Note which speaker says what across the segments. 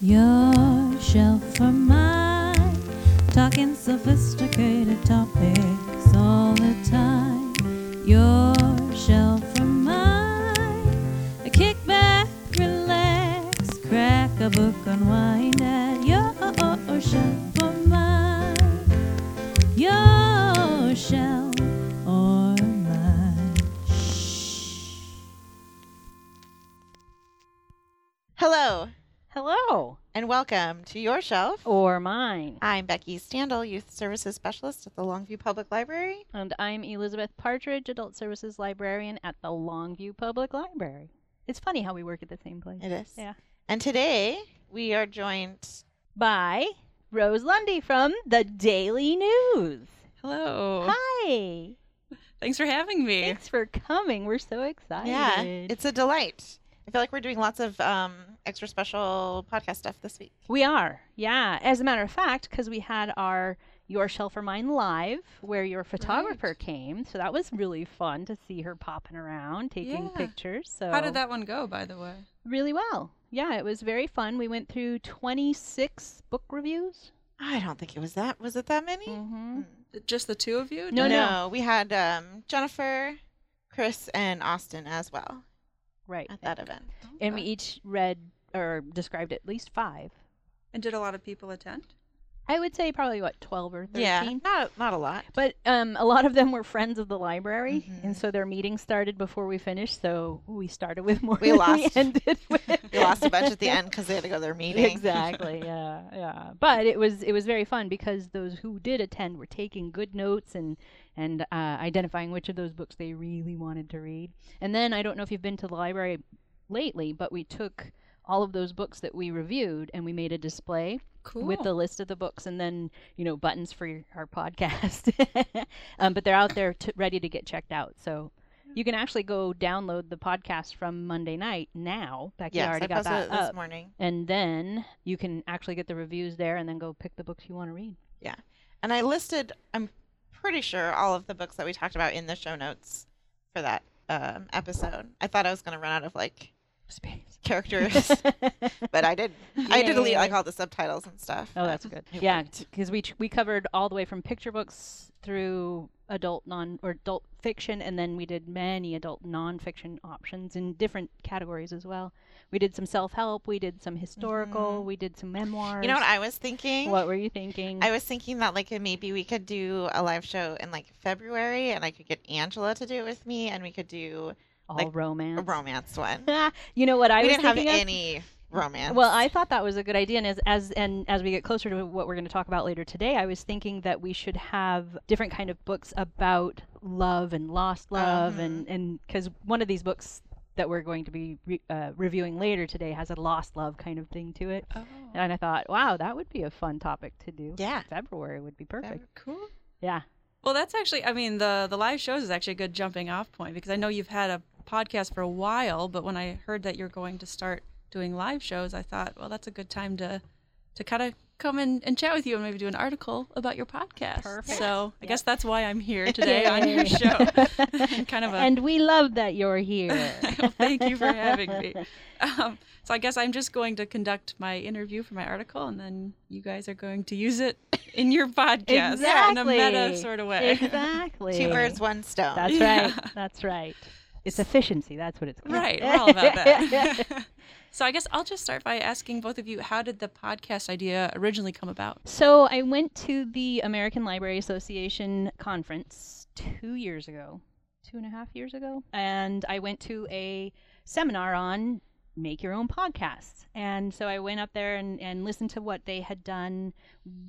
Speaker 1: Your shelf or mine, talking sophisticated topics all the time. Your shelf or mine, a kickback, relax, crack a book, unwind at your shelf or mine. Your shelf or mine. Shh.
Speaker 2: Hello
Speaker 3: Hello.
Speaker 2: and welcome to Your Shelf.
Speaker 3: Or mine.
Speaker 2: I'm Becky Standall, Youth Services Specialist at the Longview Public Library.
Speaker 3: And I'm Elizabeth Partridge, Adult Services Librarian at the Longview Public Library. It's funny how we work at the same place.
Speaker 2: It is.
Speaker 3: Yeah.
Speaker 2: And today we are joined.
Speaker 3: By Rose Lundy from the Daily News.
Speaker 4: Hello.
Speaker 3: Hi.
Speaker 4: Thanks for having me.
Speaker 3: Thanks for coming. We're so excited.
Speaker 2: Yeah, it's a delight. I feel like we're doing lots of um, extra special podcast stuff this week.
Speaker 3: we are. Yeah. As a matter of fact, because we had our Your Shelf or Mine live where your photographer came. So that was really fun to see her popping around, taking
Speaker 4: Yeah.
Speaker 3: pictures. So
Speaker 4: How did that one go, by the way?
Speaker 3: really well. Yeah, it was very fun. We went through 26 book reviews.
Speaker 2: I don't think it was that. Was it that many?
Speaker 3: Mm-hmm.
Speaker 4: Just the two of you?
Speaker 3: No,
Speaker 4: Did-
Speaker 3: no.
Speaker 2: We had um, Jennifer, Chris, and Austin as well
Speaker 3: Right.
Speaker 2: at that event.
Speaker 3: And we each read or described at least five.
Speaker 4: And did a lot of people attend?
Speaker 3: I would say probably what 12 or 13.
Speaker 2: Yeah, not not a lot.
Speaker 3: But um, a lot of them were friends of the library,
Speaker 2: Mhm.
Speaker 3: and so their meeting started before we finished. So we started with more.
Speaker 2: We
Speaker 3: than
Speaker 2: lost-
Speaker 3: We ended with.
Speaker 2: We lost a bunch at the end because they had to go to their meeting.
Speaker 3: Exactly. Yeah. Yeah. But it was it was very fun because those who did attend were taking good notes and and uh, identifying which of those books they really wanted to read. And then I don't know if you've been to the library lately, but we took all of those books that we reviewed and we made a display
Speaker 4: Cool.
Speaker 3: with the list of the books and then you know buttons for your, our podcast um, but they're out there to, ready to get checked out so you can actually go download the podcast from monday night now becky
Speaker 2: Yes,
Speaker 3: already
Speaker 2: I
Speaker 3: got
Speaker 2: posted
Speaker 3: that
Speaker 2: it this
Speaker 3: up
Speaker 2: morning.
Speaker 3: and then you can actually get the reviews there and then go pick the books you want to read.
Speaker 2: And I listed, I'm pretty sure, all of the books that we talked about in the show notes for that um, episode. I thought I was going to run out of like
Speaker 3: Space.
Speaker 2: characters, but I did. I did delete like
Speaker 3: Yay.
Speaker 2: all the subtitles and stuff.
Speaker 3: Oh,
Speaker 2: but
Speaker 3: that's good.
Speaker 2: it
Speaker 3: Yeah,
Speaker 2: worked.
Speaker 3: because we we covered all the way from picture books through adult non or adult fiction, and then we did many adult nonfiction options in different categories as well. We did some self help, we did some historical, we did some memoirs.
Speaker 2: Mm-hmm. You know what I was thinking?
Speaker 3: What were you thinking?
Speaker 2: I was thinking that like maybe we could do a live show in like February, and I could get Angela to do it with me, and we could do
Speaker 3: all
Speaker 2: like, a
Speaker 3: romance.
Speaker 2: romance one.
Speaker 3: you know what I
Speaker 2: we
Speaker 3: was
Speaker 2: didn't have
Speaker 3: thinking of?
Speaker 2: any romance.
Speaker 3: Well, I thought that was a good idea, and as, as and as we get closer to what we're going to talk about later today, I was thinking that we should have different kind of books about love and lost love,
Speaker 4: Uh-huh.
Speaker 3: and and because one of these books that we're going to be re- uh, reviewing later today has a lost love kind of thing to it,
Speaker 4: Oh.
Speaker 3: and I thought, wow, that would be a fun topic to do.
Speaker 2: Yeah.
Speaker 3: February would be perfect.
Speaker 4: Very Cool.
Speaker 3: Yeah,
Speaker 4: Well, that's actually, I mean, the, the live shows is actually a good jumping off point because I know you've had a podcast for a while, but when I heard that you're going to start doing live shows, I thought, well, that's a good time to, to kind of come in and chat with you and maybe do an article about your podcast.
Speaker 3: Perfect.
Speaker 4: So I
Speaker 3: Yep.
Speaker 4: guess that's why I'm here today on your
Speaker 3: Yay.
Speaker 4: show. kind of a
Speaker 3: and we love that you're here.
Speaker 4: Well, Thank you for having me. Um, so I guess I'm just going to conduct my interview for my article, and then you guys are going to use it in your podcast in a
Speaker 3: exactly.
Speaker 4: meta sort of way.
Speaker 3: Exactly.
Speaker 2: two birds, one stone.
Speaker 3: That's
Speaker 4: Yeah.
Speaker 3: right. That's right. It's efficiency. That's what it's called.
Speaker 4: Right, we're all about that. so I guess I'll just start by asking both of you, how did the podcast idea originally come about?
Speaker 3: so I went to the American Library Association conference two years ago, two and a half years ago, and I went to a seminar on make your own podcast. And so I went up there and, and listened to what they had done,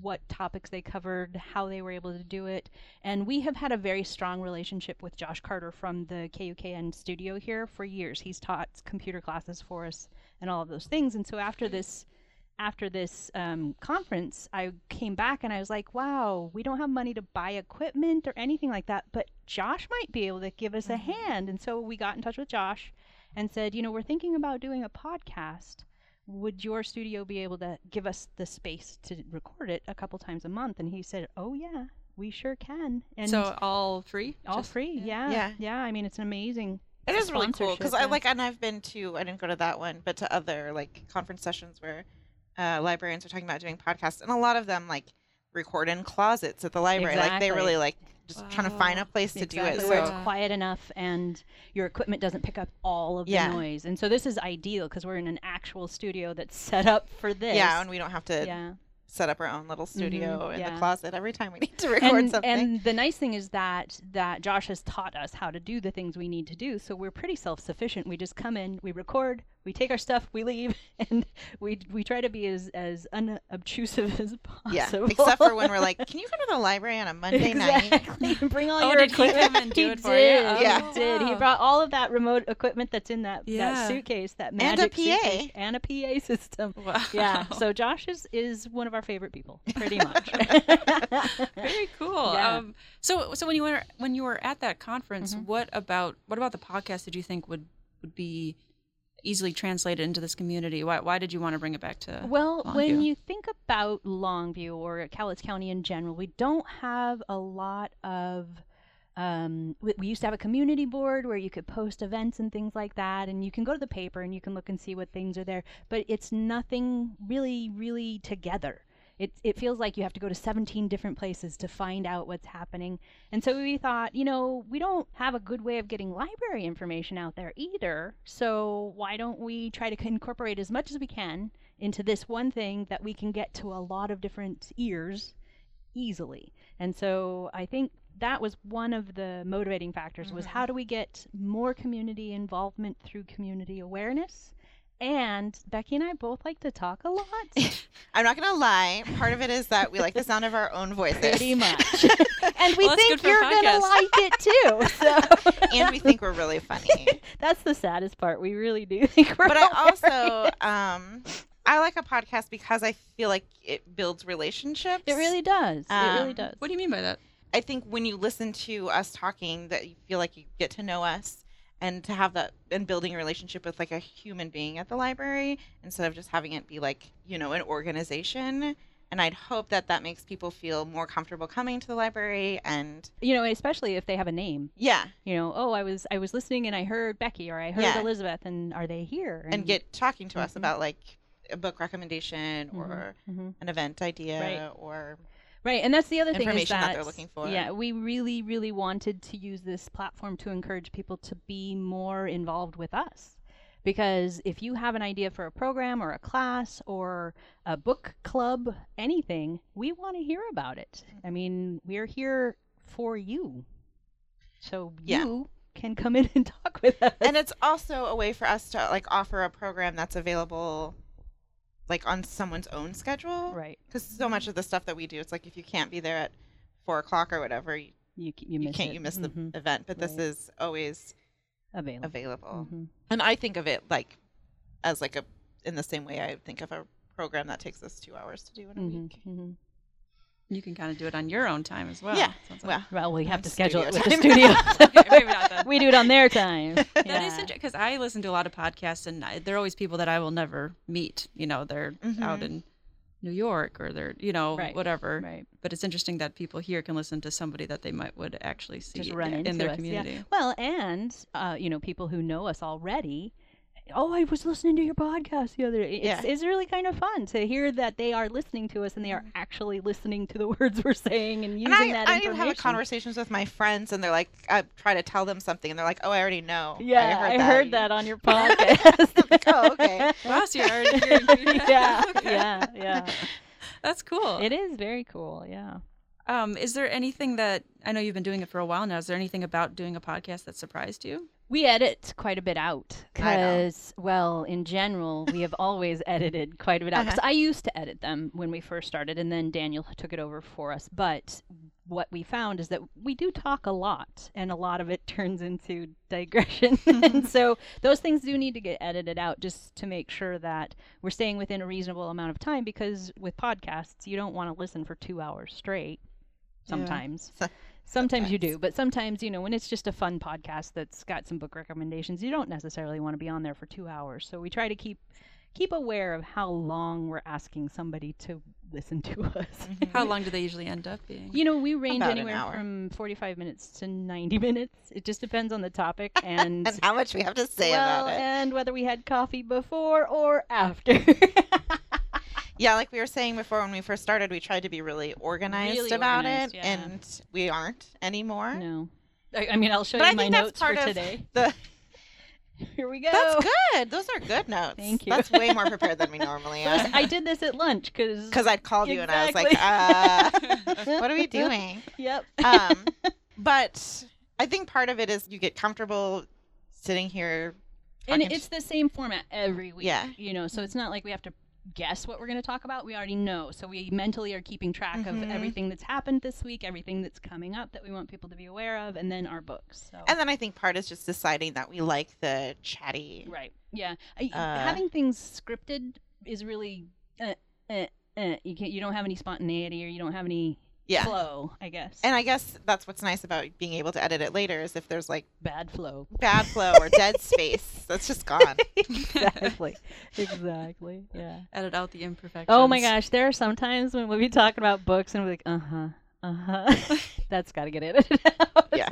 Speaker 3: what topics they covered, how they were able to do it. And we have had a very strong relationship with Josh Carter from the KUKN studio here for years. He's taught computer classes for us and all of those things. And so after this after this um, conference, I came back and I was like, wow, we don't have money to buy equipment or anything like that, but Josh might be able to give us a
Speaker 2: Mm-hmm.
Speaker 3: hand. And so we got in touch with Josh and said, you know, we're thinking about doing a podcast. Would your studio be able to give us the space to record it a couple times a month? And he said, oh, yeah, we sure can. And
Speaker 4: so all free?
Speaker 3: all
Speaker 4: Just-
Speaker 3: free. Yeah.
Speaker 2: Yeah.
Speaker 3: yeah. I mean, it's an amazing.
Speaker 2: It is really cool
Speaker 3: sponsorship,
Speaker 2: because I
Speaker 3: yeah.
Speaker 2: like, and I've been to. I didn't go to that one, but to other like conference sessions where uh, librarians were talking about doing podcasts, and a lot of them like record in closets at the library. Like they
Speaker 3: Exactly.
Speaker 2: really like just trying to find a
Speaker 4: Wow.
Speaker 2: place to
Speaker 3: exactly
Speaker 2: do it.
Speaker 3: where
Speaker 2: So
Speaker 3: it's quiet enough and your equipment doesn't pick up all of
Speaker 2: Yeah.
Speaker 3: the noise. And so this is ideal because we're in an actual studio that's set up for this.
Speaker 2: yeah, and we don't have to
Speaker 3: yeah. Mm-hmm.
Speaker 2: set up our own little studio in
Speaker 3: yeah.
Speaker 2: the closet every time we need to record
Speaker 3: And,
Speaker 2: something.
Speaker 3: and the nice thing is that that Josh has taught us how to do the things we need to do, so we're pretty self-sufficient. We just come in, we record, we take our stuff, we leave, and we we try to be as as unobtrusive as possible.
Speaker 2: yeah, except for when we're like, "Can you go to the library on a Monday night?"
Speaker 3: exactly. Bring all
Speaker 4: Oh,
Speaker 3: your
Speaker 4: did he come
Speaker 3: equipment.
Speaker 4: and do
Speaker 3: He
Speaker 4: it for you?
Speaker 3: did.
Speaker 4: Oh,
Speaker 2: Yeah.
Speaker 3: He did. He
Speaker 4: wow.
Speaker 3: brought all of that remote equipment that's in that,
Speaker 4: Yeah.
Speaker 3: that suitcase, that
Speaker 2: a
Speaker 3: magic
Speaker 2: PA.
Speaker 3: suitcase, and a PA system.
Speaker 4: Wow.
Speaker 3: Yeah. So Josh is is one of our favorite people, pretty much.
Speaker 4: Very cool.
Speaker 3: Yeah. Mm-hmm.
Speaker 4: Um, so, so when you were when you were at that conference, what about what about the podcast did you think would would be easily translated into this community? Why why did you want to bring it back to?
Speaker 3: Well, when
Speaker 4: Longview?
Speaker 3: you think about Longview or Cowlitz County in general, we don't have a lot of. Um, we, we used to have a community board where you could post events and things like that, and you can go to the paper and you can look and see what things are there. But it's nothing really, really together. It it feels like you have to go to 17 different places to find out what's happening. And so we thought, you know, we don't have a good way of getting library information out there either. So why don't we try to incorporate as much as we can into this one thing that we can get to a lot of different ears easily. And so I think that was one of the motivating factors was how do we get more community involvement through community awareness? And Becky and I both like to talk a lot.
Speaker 2: I'm not gonna lie. Part of it is that we like the sound of our own
Speaker 3: Pretty
Speaker 2: voices,
Speaker 3: much. and we
Speaker 4: Well, that's good
Speaker 3: think
Speaker 4: for a
Speaker 3: you're going to
Speaker 4: podcast.
Speaker 3: like it too. So
Speaker 2: and we think we're really funny.
Speaker 3: that's the saddest part. We really do think we're
Speaker 2: But I
Speaker 3: hilarious.
Speaker 2: also, um, I like a podcast because I feel like it builds relationships.
Speaker 3: It really does. it really
Speaker 2: Um,
Speaker 3: does.
Speaker 4: what do you mean by that?
Speaker 2: I think when you listen to us talking, that you feel like you get to know us, and to have that and building a relationship with like a human being at the library instead of just having it be like you know an organization. And I'd hope that that makes people feel more comfortable coming to the library. And
Speaker 3: you know, especially if they have a name.
Speaker 2: yeah,
Speaker 3: You know, oh, I was I was listening and I heard Becky or I heard
Speaker 2: Yeah.
Speaker 3: Elizabeth and are they here?
Speaker 2: and get talking to us
Speaker 3: Mhm.
Speaker 2: about like a book recommendation or
Speaker 3: Mhm.
Speaker 2: an event idea
Speaker 3: Right.
Speaker 2: or
Speaker 3: Right, and that's the other thing is
Speaker 2: Information
Speaker 3: that,
Speaker 2: that they're looking for.
Speaker 3: Yeah, we really, really wanted to use this platform to encourage people to be more involved with us. Because if you have an idea for a program or a class or a book club, anything, we want to hear about it. I mean, we're here for you. So
Speaker 2: Yeah.
Speaker 3: you can come in and talk with us.
Speaker 2: and it's also a way for us to like offer a program that's available like on someone's own schedule
Speaker 3: right.
Speaker 2: because so much of the stuff that we do it's like if you can't be there at four o'clock or whatever you,
Speaker 3: You, c- you,
Speaker 2: you
Speaker 3: miss
Speaker 2: can't
Speaker 3: it.
Speaker 2: you miss the
Speaker 3: Mhm.
Speaker 2: event but this
Speaker 3: Right.
Speaker 2: is always
Speaker 3: available.
Speaker 2: available
Speaker 3: Mhm.
Speaker 2: and i think of it like as like a in the same way i think of a program that takes us two hours to do in a
Speaker 3: Mhm.
Speaker 2: week
Speaker 3: Mhm.
Speaker 4: You can kind of do it on your own time as well.
Speaker 2: yeah
Speaker 4: Sounds like-
Speaker 2: well
Speaker 3: Well, we have to schedule
Speaker 2: Studio
Speaker 3: it with the
Speaker 2: time.
Speaker 3: studio.
Speaker 4: Okay, maybe not then.
Speaker 3: we do it on their time.
Speaker 4: That is interesting because I listen to a lot of podcasts, and I, there are always people that I will never meet. You know, they're out
Speaker 2: Mhm.
Speaker 4: in New York or they're you know
Speaker 3: Mm-hmm. Right,
Speaker 4: whatever.
Speaker 3: right.
Speaker 4: But it's interesting that people here can listen to somebody that they might would actually see
Speaker 3: Just run into
Speaker 4: in their
Speaker 3: us, yeah.
Speaker 4: community.
Speaker 3: Well, and uh, you know, people who know us already. Oh, I was listening to your podcast the other day. It's,
Speaker 2: Yeah.
Speaker 3: it's really kind of fun to hear that they are listening to us and they are actually listening to the words we're saying and using
Speaker 2: Mm-hmm. and I,
Speaker 3: that
Speaker 2: I even
Speaker 3: information.
Speaker 2: have conversations with my friends, and they're like, I try to tell them something, and they're like, "Oh, I already know."
Speaker 3: yeah,
Speaker 2: I heard that.
Speaker 3: on your podcast.
Speaker 2: Like, oh, okay.
Speaker 4: Wow, so you're already hearing feedback.
Speaker 3: yeah,
Speaker 4: Okay.
Speaker 3: yeah, yeah.
Speaker 4: That's cool.
Speaker 3: It is very cool. Yeah.
Speaker 4: Um, is there anything that I know you've been doing it for a while now? Is there anything about doing a podcast that surprised you?
Speaker 3: We edit quite a bit
Speaker 2: I
Speaker 3: out
Speaker 2: know.
Speaker 3: because, well, in general, we have always edited quite a bit out. Because I used to edit them when we first started, and then Daniel took it over for us. But what we found is that we do talk a lot, and a lot of it turns into digression. and so those things do need to get edited out just to make sure that we're staying within a reasonable amount of time. Because with podcasts, you don't want to listen for two hours straight sometimes.
Speaker 2: So-
Speaker 3: Sometimes you
Speaker 2: sometimes.
Speaker 3: do, but sometimes, you know, when it's just a fun podcast that's got some book recommendations, you don't necessarily want to be on there for 2 hours. So we try to keep keep aware of how long we're asking somebody to listen to us.
Speaker 4: How long do they usually end up being?
Speaker 3: You know, we
Speaker 2: Mm-hmm.
Speaker 3: range
Speaker 2: About an
Speaker 3: anywhere
Speaker 2: hour.
Speaker 3: from 45 minutes to 90 minutes. It just depends on the topic and
Speaker 2: And how much we have to say
Speaker 3: well,
Speaker 2: about it.
Speaker 3: and whether we had coffee before or after.
Speaker 2: Yeah, like we were saying before when we first started, we tried to be really organized
Speaker 3: Really
Speaker 2: about
Speaker 3: organized,
Speaker 2: it,
Speaker 3: yeah.
Speaker 2: and we aren't anymore.
Speaker 3: No. I, I mean, I'll show
Speaker 2: But I
Speaker 3: you my
Speaker 2: think that's
Speaker 3: notes for
Speaker 2: part of
Speaker 3: today.
Speaker 2: The
Speaker 3: Here we go.
Speaker 2: that's good. Those are good notes.
Speaker 3: Thank you.
Speaker 2: That's way more prepared than we normally
Speaker 3: Well, listen,
Speaker 2: are.
Speaker 3: I did this at lunch because.
Speaker 2: Because I'd called you and I was like, uh, "What are we doing?"
Speaker 3: Yep.
Speaker 2: Um, but I think part of it is you get comfortable sitting here.
Speaker 3: and
Speaker 2: talking
Speaker 3: it's the same format every week.
Speaker 2: Yeah.
Speaker 3: You know, so it's not like we have to guess what we're going to talk about. We already know. So we mentally are keeping track
Speaker 2: Mhm.
Speaker 3: of everything that's happened this week, everything that's coming up that we want people to be aware of, and then our books. So.
Speaker 2: And then I think part is just deciding that we like the chatty.
Speaker 3: right. Yeah. I,
Speaker 2: Uh,
Speaker 3: having things scripted is really. Uh, uh, uh, you can't. You don't have any spontaneity, or you don't have any
Speaker 2: Yeah.
Speaker 3: flow. I guess.
Speaker 2: And I guess that's what's nice about being able to edit it later is if there's like
Speaker 3: bad flow.
Speaker 2: bad flow or dead space, that's just gone.
Speaker 3: exactly. exactly. Yeah.
Speaker 4: Edit out the imperfections.
Speaker 3: Oh my gosh, there are some times when we'll be talking about books and we're like, uh huh, uh huh. That's got to get edited out.
Speaker 2: Yeah.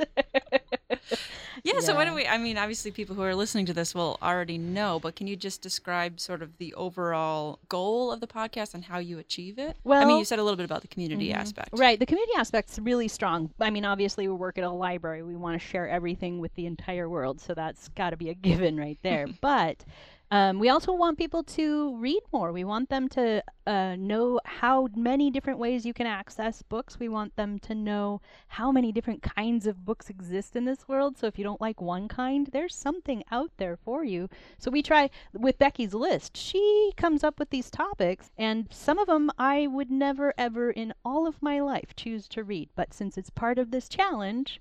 Speaker 4: Yeah, so why don't
Speaker 3: Yeah.
Speaker 4: we? I mean, obviously, people who are listening to this will already know, but can you just describe sort of the overall goal of the podcast and how you achieve it? I mean,
Speaker 3: Well-
Speaker 4: you said a little bit about the community
Speaker 3: Mhm.
Speaker 4: aspect,
Speaker 3: Right. The community aspect's really strong. I mean, obviously, we work at a library. We want to share everything with the entire world. So that's got to be a given right there. but um, we also want people to read more. We want them to uh, know how many different ways you can access books. We want them to know how many different kinds of books exist in this world. So if you don't like one kind, there's something out there for you. So we try with Becky's list. She comes up with these topics, and some of them I would never, ever in all of my life choose to read. But since it's part of this challenge,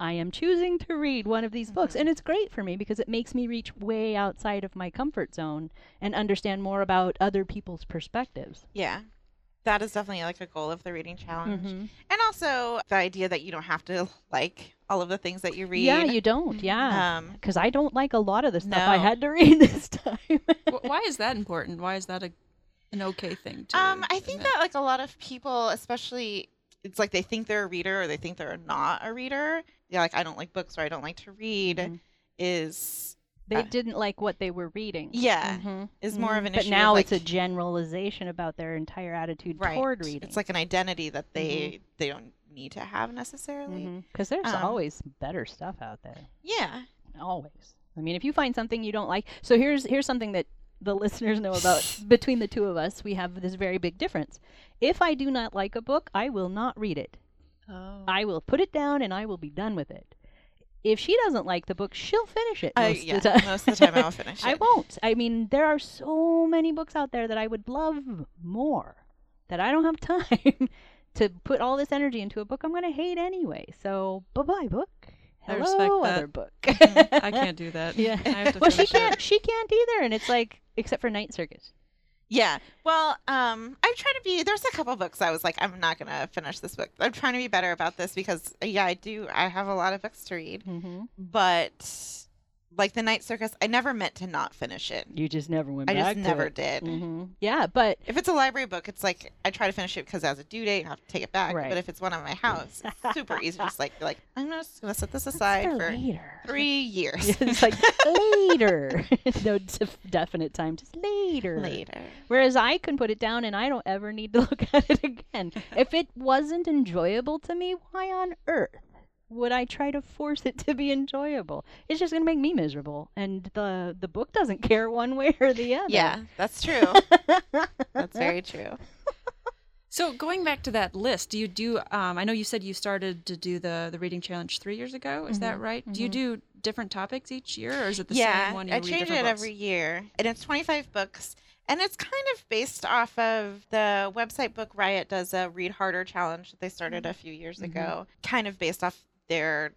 Speaker 3: I am choosing to read one of these books. And it's great for me because it makes me reach way outside of my comfort zone and understand more about other people's perspectives.
Speaker 2: Yeah. That is definitely like a goal of the reading challenge. And also the idea that you don't have to like all of the things that you read.
Speaker 3: Yeah, you don't. Yeah.
Speaker 2: um
Speaker 3: Because I don't like a lot of the stuff I
Speaker 2: No.
Speaker 3: had to read this time.
Speaker 4: Wh- Why is that important? Why is that a, an okay thing to?
Speaker 2: um I
Speaker 4: to
Speaker 2: think
Speaker 4: admit?
Speaker 2: that like a lot of people especially it's like they think they're a reader or they think they're not a reader. Yeah, like I don't like books or I don't like to read
Speaker 3: Mhm.
Speaker 2: is
Speaker 3: they
Speaker 2: Uh,
Speaker 3: didn't like what they were reading.
Speaker 2: yeah,
Speaker 3: Mhm.
Speaker 2: is more of
Speaker 3: Mhm.
Speaker 2: an
Speaker 3: But
Speaker 2: issue.
Speaker 3: now
Speaker 2: of,
Speaker 3: it's a
Speaker 2: like,
Speaker 3: generalization about their entire attitude
Speaker 2: right.
Speaker 3: toward reading.
Speaker 2: It's like an identity that they they don't need to have
Speaker 3: Mm-hmm.
Speaker 2: necessarily.
Speaker 3: because there's
Speaker 2: um,
Speaker 3: always better stuff out there.
Speaker 2: Yeah.
Speaker 3: Always. I mean, if you find something you don't like, so here's here's something that the listeners know about between the two of us. We have this very big difference. If I do not like a book, I will not read it.
Speaker 4: Oh.
Speaker 3: I will put it down and I will be done with it. If she doesn't like the book, she'll finish it.
Speaker 2: I- Uh,
Speaker 3: Most
Speaker 2: yeah,
Speaker 3: of the time.
Speaker 2: most of the time I will finish
Speaker 3: I
Speaker 2: it.
Speaker 3: won't. I mean, there are so many books out there that I would love more that I don't have time to put all this energy into a book I'm going to hate anyway. So, bye bye book.
Speaker 4: I
Speaker 3: Hello,
Speaker 4: respect that. Mm-hmm.
Speaker 3: other book.
Speaker 4: I can't do that.
Speaker 3: Yeah.
Speaker 4: I have to
Speaker 3: well, she
Speaker 4: finish it.
Speaker 3: can't. She can't either, and it's like except for Night Circus.
Speaker 2: Yeah. Well, um, I try to be. There's a couple books I was like, I'm not gonna finish this book. I'm trying to be better about this because yeah, I do. I have a lot of books to read,
Speaker 3: Mm-hmm.
Speaker 2: but like the Night Circus, I never meant to not finish it.
Speaker 3: You just never went
Speaker 2: I just never did.
Speaker 3: Mm-hmm. Yeah, but
Speaker 2: If it's a library book, it's like I try to finish it because it has a due date. I have to take it back.
Speaker 3: Right.
Speaker 2: But if it's one on my house, it's super easy. to Just like be like I'm just gonna set this aside
Speaker 3: for
Speaker 2: for
Speaker 3: later.
Speaker 2: three years
Speaker 3: Yeah, it's like later. no def- definite time, just later.
Speaker 2: later.
Speaker 3: Whereas I can put it down and I don't ever need to look at it again. if it wasn't enjoyable to me, why on earth would I try to force it to be enjoyable? It's just going to make me miserable, and the the book doesn't care one way or the other.
Speaker 2: Yeah, that's true. that's very true.
Speaker 4: So going back to that list, do you do? Um, I know you said you started to do the the reading challenge three years ago. Is that right? Do you do different topics each year, or is it the
Speaker 2: Mm-hmm. yeah,
Speaker 4: same one?
Speaker 2: I
Speaker 4: read
Speaker 2: change it
Speaker 4: different books?
Speaker 2: every year, and it's 25 books, and it's kind of based off of the website Book Riot does a read harder challenge that they
Speaker 4: Mm-hmm.
Speaker 2: started a few years ago, kind of based off their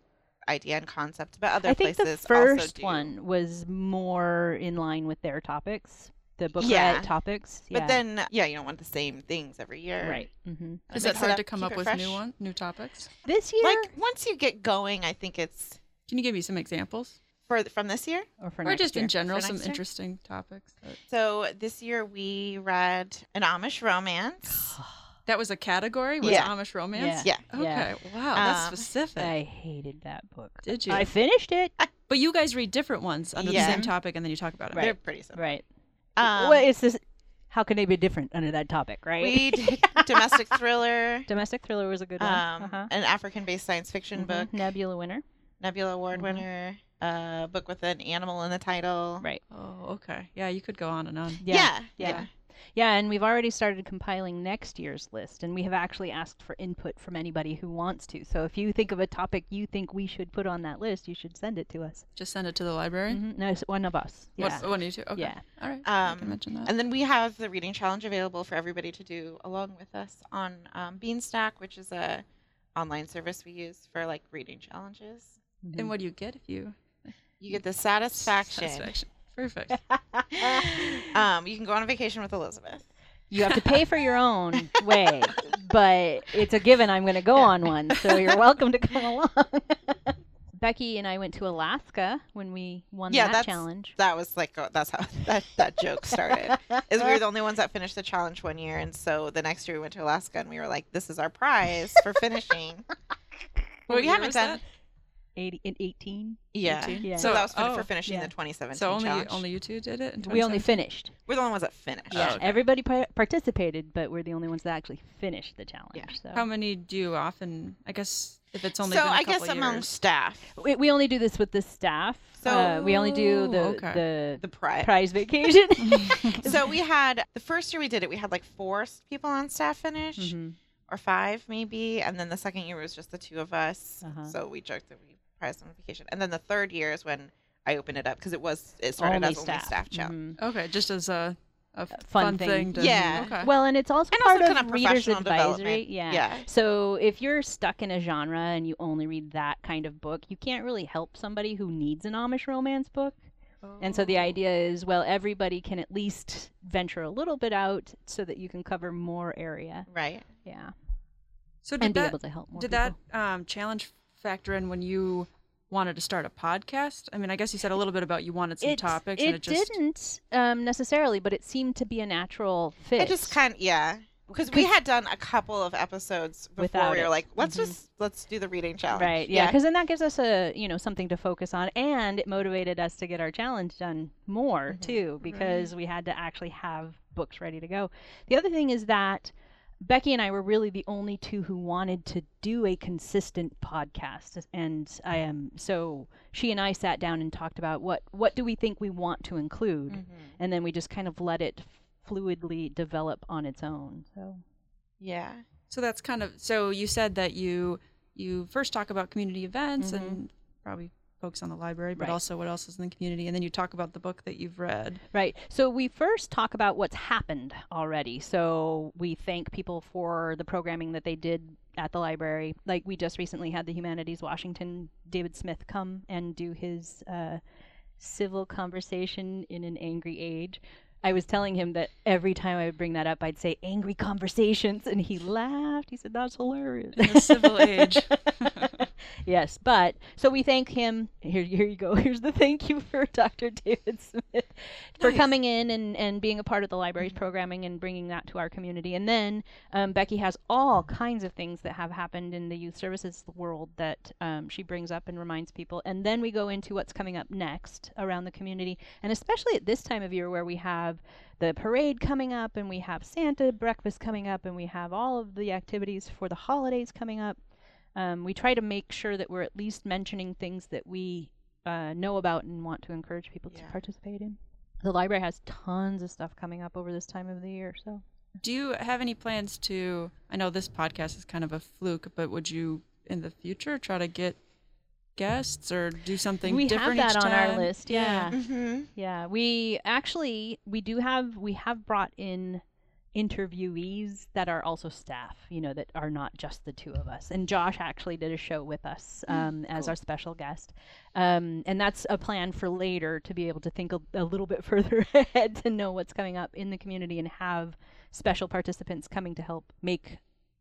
Speaker 2: idea and concept, but other
Speaker 3: I think the
Speaker 2: places also
Speaker 3: first
Speaker 2: do.
Speaker 3: one was more in line with their topics, the book
Speaker 2: Yeah.
Speaker 3: riot topics.
Speaker 2: But
Speaker 3: yeah.
Speaker 2: then, yeah, you don't want the same things every year,
Speaker 3: right. hmm
Speaker 4: Is
Speaker 2: Mix
Speaker 4: it
Speaker 2: it
Speaker 4: hard
Speaker 2: up,
Speaker 4: to come
Speaker 2: keep
Speaker 4: up
Speaker 2: it
Speaker 4: with
Speaker 2: fresh.
Speaker 4: new one, new topics?
Speaker 3: This year
Speaker 2: Like once you get going, I think it's
Speaker 4: Can you give me some examples,
Speaker 2: for from this year.
Speaker 3: or for
Speaker 4: or
Speaker 3: next
Speaker 4: just
Speaker 3: year?
Speaker 4: in general,
Speaker 2: For
Speaker 4: some
Speaker 2: next year?
Speaker 4: interesting topics? That,
Speaker 2: So this year we read an Amish romance.
Speaker 4: that was a category. Was
Speaker 2: Yeah.
Speaker 4: Amish romance?
Speaker 2: Yeah.
Speaker 4: Okay.
Speaker 3: Yeah.
Speaker 4: Wow, that's
Speaker 2: Um,
Speaker 4: specific.
Speaker 3: I hated that book.
Speaker 4: Did you?
Speaker 3: I finished it.
Speaker 4: but you guys read different ones under
Speaker 2: Yeah. Mm-hmm.
Speaker 4: the same topic, and then you talk about it.
Speaker 2: They're pretty similar.
Speaker 3: Right.
Speaker 2: Um,
Speaker 3: well, it's this how can they be different under that topic, right?
Speaker 2: We did domestic thriller,
Speaker 3: Domestic thriller was a good
Speaker 2: um,
Speaker 3: one. uh-huh.
Speaker 2: an African-based science fiction
Speaker 3: Mhm.
Speaker 2: book,
Speaker 3: Nebula winner.
Speaker 2: Nebula Award
Speaker 3: Mhm.
Speaker 2: winner, uh, book with an animal in the title.
Speaker 3: Right.
Speaker 4: Oh, okay. Yeah, you could go on and on.
Speaker 2: Yeah.
Speaker 3: yeah.
Speaker 2: Yeah.
Speaker 3: Yeah, and we've already started compiling next year's list, and we have actually asked for input from anybody who wants to. So if you think of a topic you think we should put on that list, you should send it to us.
Speaker 4: Just send it to the library.
Speaker 2: Mm-hmm.
Speaker 3: Mhm. No, it's one of us. Yeah.
Speaker 4: What's one of you two? Okay.
Speaker 3: Yeah.
Speaker 4: All right. I
Speaker 2: Um,
Speaker 4: can mention that.
Speaker 2: And then we have the reading challenge available for everybody to do along with us on um, Beanstack, which is a online service we use for like reading challenges.
Speaker 4: and what do you get if you
Speaker 2: You get the satisfaction.
Speaker 4: Satisfaction. Perfect.
Speaker 2: um, you can go on a vacation with Elizabeth.
Speaker 3: You have to pay for your own way, but it's a given I'm going to go on one, so you're welcome to come along. Becky and I went to Alaska when we won
Speaker 2: Yeah,
Speaker 3: that
Speaker 2: that's-
Speaker 3: challenge.
Speaker 2: That was like uh, that's how that, that joke started. Is we were the only ones that finished the challenge one year, and so the next year we went to Alaska, and we were like, "This is our prize for finishing."
Speaker 4: What
Speaker 2: we
Speaker 4: year
Speaker 2: haven't
Speaker 4: was
Speaker 2: done-
Speaker 4: that?
Speaker 3: 80, in 18.
Speaker 2: Yeah.
Speaker 4: 18?
Speaker 3: Yeah.
Speaker 2: So, that was fin-
Speaker 4: oh,
Speaker 2: for finishing
Speaker 3: yeah.
Speaker 2: the 2017
Speaker 4: So only
Speaker 2: challenge.
Speaker 4: only you two did it. in
Speaker 3: We only
Speaker 4: 2017?
Speaker 3: finished.
Speaker 2: We're the only ones that finished.
Speaker 4: Yeah. okay.
Speaker 3: Everybody par- participated, but we're the only ones that actually finished the challenge.
Speaker 2: Yeah.
Speaker 3: So
Speaker 4: How many do you often? I guess if it's only
Speaker 2: so
Speaker 4: been a
Speaker 2: I
Speaker 4: couple
Speaker 2: guess among
Speaker 4: years.
Speaker 2: staff,
Speaker 3: we, we only do this with the staff. So
Speaker 2: So-
Speaker 3: we only do the
Speaker 4: Oh, okay.
Speaker 3: the,
Speaker 2: the prize.
Speaker 3: prize vacation.
Speaker 2: so we had the first year we did it, we had like four s- people on staff finish,
Speaker 4: Mm-hmm.
Speaker 3: Mhm.
Speaker 2: or five maybe, and then the second year was just the two of us.
Speaker 3: Uh-huh.
Speaker 2: So we joked that we prized on vacation, and then the third year is when I opened it up because it was it started
Speaker 3: Only
Speaker 2: as only staff challenge.
Speaker 3: Mhm.
Speaker 4: Okay, just as a, a f-
Speaker 3: fun
Speaker 4: fun,
Speaker 3: thing.
Speaker 4: thing. to,
Speaker 2: Yeah.
Speaker 4: Okay.
Speaker 3: Well, and it's also
Speaker 2: And
Speaker 3: part
Speaker 2: also kind
Speaker 3: of
Speaker 2: of
Speaker 3: readers
Speaker 2: professional
Speaker 3: advisory.
Speaker 2: development.
Speaker 3: Yeah.
Speaker 2: Yeah.
Speaker 3: So if you're stuck in a genre and you only read that kind of book, you can't really help somebody who needs an Amish romance book. And so the
Speaker 4: Oh.
Speaker 3: idea is, well, everybody can at least venture a little bit out so that you can cover more area.
Speaker 2: Right.
Speaker 3: Yeah.
Speaker 4: So did
Speaker 3: And be
Speaker 4: that
Speaker 3: able to help more
Speaker 4: did
Speaker 3: people.
Speaker 4: that um, challenge factor in when you wanted to start a podcast? I mean, I guess you said a little bit about you wanted some
Speaker 3: It-
Speaker 4: topics,
Speaker 3: It,
Speaker 4: and it just
Speaker 3: didn't um, necessarily, but it seemed to be a natural fit.
Speaker 2: It just kind of yeah. Because we
Speaker 3: 'Cause-
Speaker 2: had done a couple of episodes before
Speaker 3: Without
Speaker 2: we were
Speaker 3: it.
Speaker 2: like, let's
Speaker 3: Mhm.
Speaker 2: just let's do the reading challenge.
Speaker 3: right, yeah, because then that gives us a you know something to focus on, and it motivated us to get our challenge done more
Speaker 2: Mhm.
Speaker 3: too, because we had to actually have books ready to go. The other thing is that Becky and I were really the only two who wanted to do a consistent podcast, and I am so she and I sat down and talked about what what do we think we want to include,
Speaker 2: Mhm.
Speaker 3: and then we just kind of let it fluidly develop on its own. So
Speaker 2: Yeah.
Speaker 4: so that's kind of so you said that you you first talk about community events
Speaker 2: Mhm.
Speaker 4: and probably focus on the library, but
Speaker 3: Mm-hmm. Right.
Speaker 4: also what else is in the community, and then you talk about the book that you've read.
Speaker 3: Right. So we first talk about what's happened already. So we thank people for the programming that they did at the library. Like we just recently had the Humanities Washington David Smith come and do his uh, civil conversation in an angry age. I was telling him that every time I would bring that up, I'd say angry conversations, and he laughed. He said, "That's hilarious."
Speaker 4: In the civil age.
Speaker 3: yes, but so we thank him. Here, here you go. Here's the thank you for Dr. David Smith for
Speaker 4: Nice.
Speaker 3: coming in and, and being a part of the library's programming and bringing that to our community. And then um, Becky has all kinds of things that have happened in the youth services world that um, she brings up and reminds people. And then we go into what's coming up next around the community, and especially at this time of year where we have the parade coming up and we have Santa breakfast coming up and we have all of the activities for the holidays coming up. Um, we try to make sure that we're at least mentioning things that we uh, know about and want to encourage people to
Speaker 2: Yeah.
Speaker 3: participate in. The library has tons of stuff coming up over this time of the year, so
Speaker 4: Do you have any plans to? I know this podcast is kind of a fluke, but would you in the future try to get guests or do something
Speaker 3: we have
Speaker 4: different
Speaker 3: that
Speaker 4: each
Speaker 3: on our
Speaker 4: time?
Speaker 3: list. Yeah.
Speaker 2: Mm-hmm.
Speaker 3: Yeah, we actually we do have we have brought in interviewees that are also staff, you know, that are not just the two of us. And Josh actually did a show with us um, as our special guest, um, and that's a plan for later to be able to think a, a little bit further ahead to know what's coming up in the community and have special participants coming to help make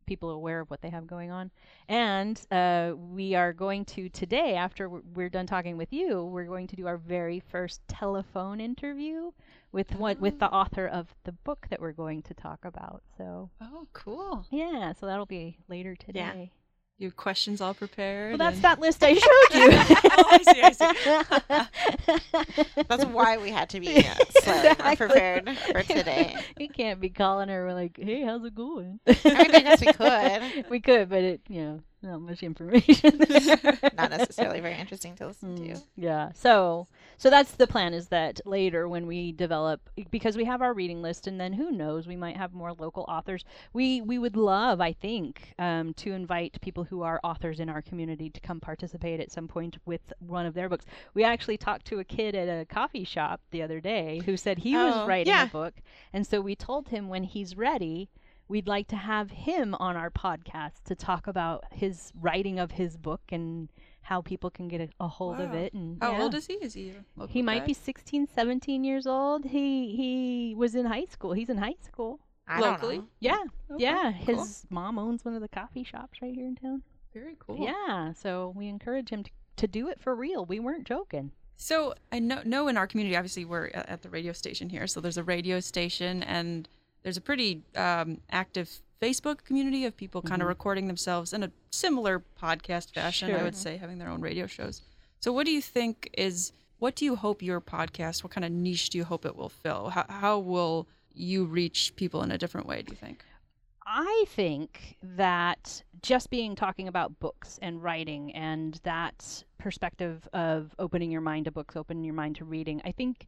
Speaker 3: people aware of what they have going on. And uh, we are going to today, after w- we're done talking with you, we're going to do our very first telephone interview with what with
Speaker 2: Oh.
Speaker 3: the author of the book that we're going to talk about. So
Speaker 4: Oh, cool.
Speaker 3: yeah, so that'll be later today.
Speaker 4: Your questions all prepared.
Speaker 3: Well, that's
Speaker 4: and-
Speaker 3: that list I showed you.
Speaker 4: oh, I see, I see.
Speaker 2: That's why we had to be uh, slightly more
Speaker 3: Exactly.
Speaker 2: prepared for today.
Speaker 3: In
Speaker 1: can't be calling her like, "Hey, how's it going?"
Speaker 2: I mean, yes, we could.
Speaker 1: we could, but it, you know, not much information. there.
Speaker 2: Not necessarily very interesting to listen to.
Speaker 1: Mm, Yeah.
Speaker 3: So, so that's the plan is that later when we develop e, because we have our reading list and then who knows we might have more local authors. We we would love, I think, um, to invite people who are authors in our community to come participate at some point with one of their books. We actually talked to a kid at a coffee shop the other day who said he
Speaker 2: Oh,
Speaker 3: was writing
Speaker 2: yeah.
Speaker 3: a book and so we told him when he's ready We'd like to have him on our podcast to talk about his writing of his book and how people can get a, a hold of
Speaker 4: Wow.
Speaker 3: it. And
Speaker 4: How
Speaker 3: yeah.
Speaker 4: old is he? Is he? a local
Speaker 3: He might
Speaker 4: guy?
Speaker 3: be 16, 17 years old. He he was in high school. He's in high school.
Speaker 2: I don't
Speaker 4: locally.
Speaker 2: know.
Speaker 3: Yeah.
Speaker 4: Oh, Okay,
Speaker 3: yeah.
Speaker 4: cool.
Speaker 3: His mom owns one of the coffee shops right here in town.
Speaker 4: Very cool.
Speaker 3: Yeah. So we encourage him to, to do it for real. We weren't joking.
Speaker 4: So I know, know in our community, obviously we're a- at the radio station here. So there's a radio station, and there's a pretty um, active Facebook community of people kind
Speaker 3: Mm-hmm.
Speaker 4: of recording themselves in a similar podcast fashion. I
Speaker 3: Sure.
Speaker 4: would say having their own radio shows. So what do you think is? What do you hope your podcast? What kind of niche do you hope it will fill? How, how will you reach people in a different way? Do you think?
Speaker 3: I think that just being talking about books and writing and that perspective of opening your mind to books, opening your mind to reading, I think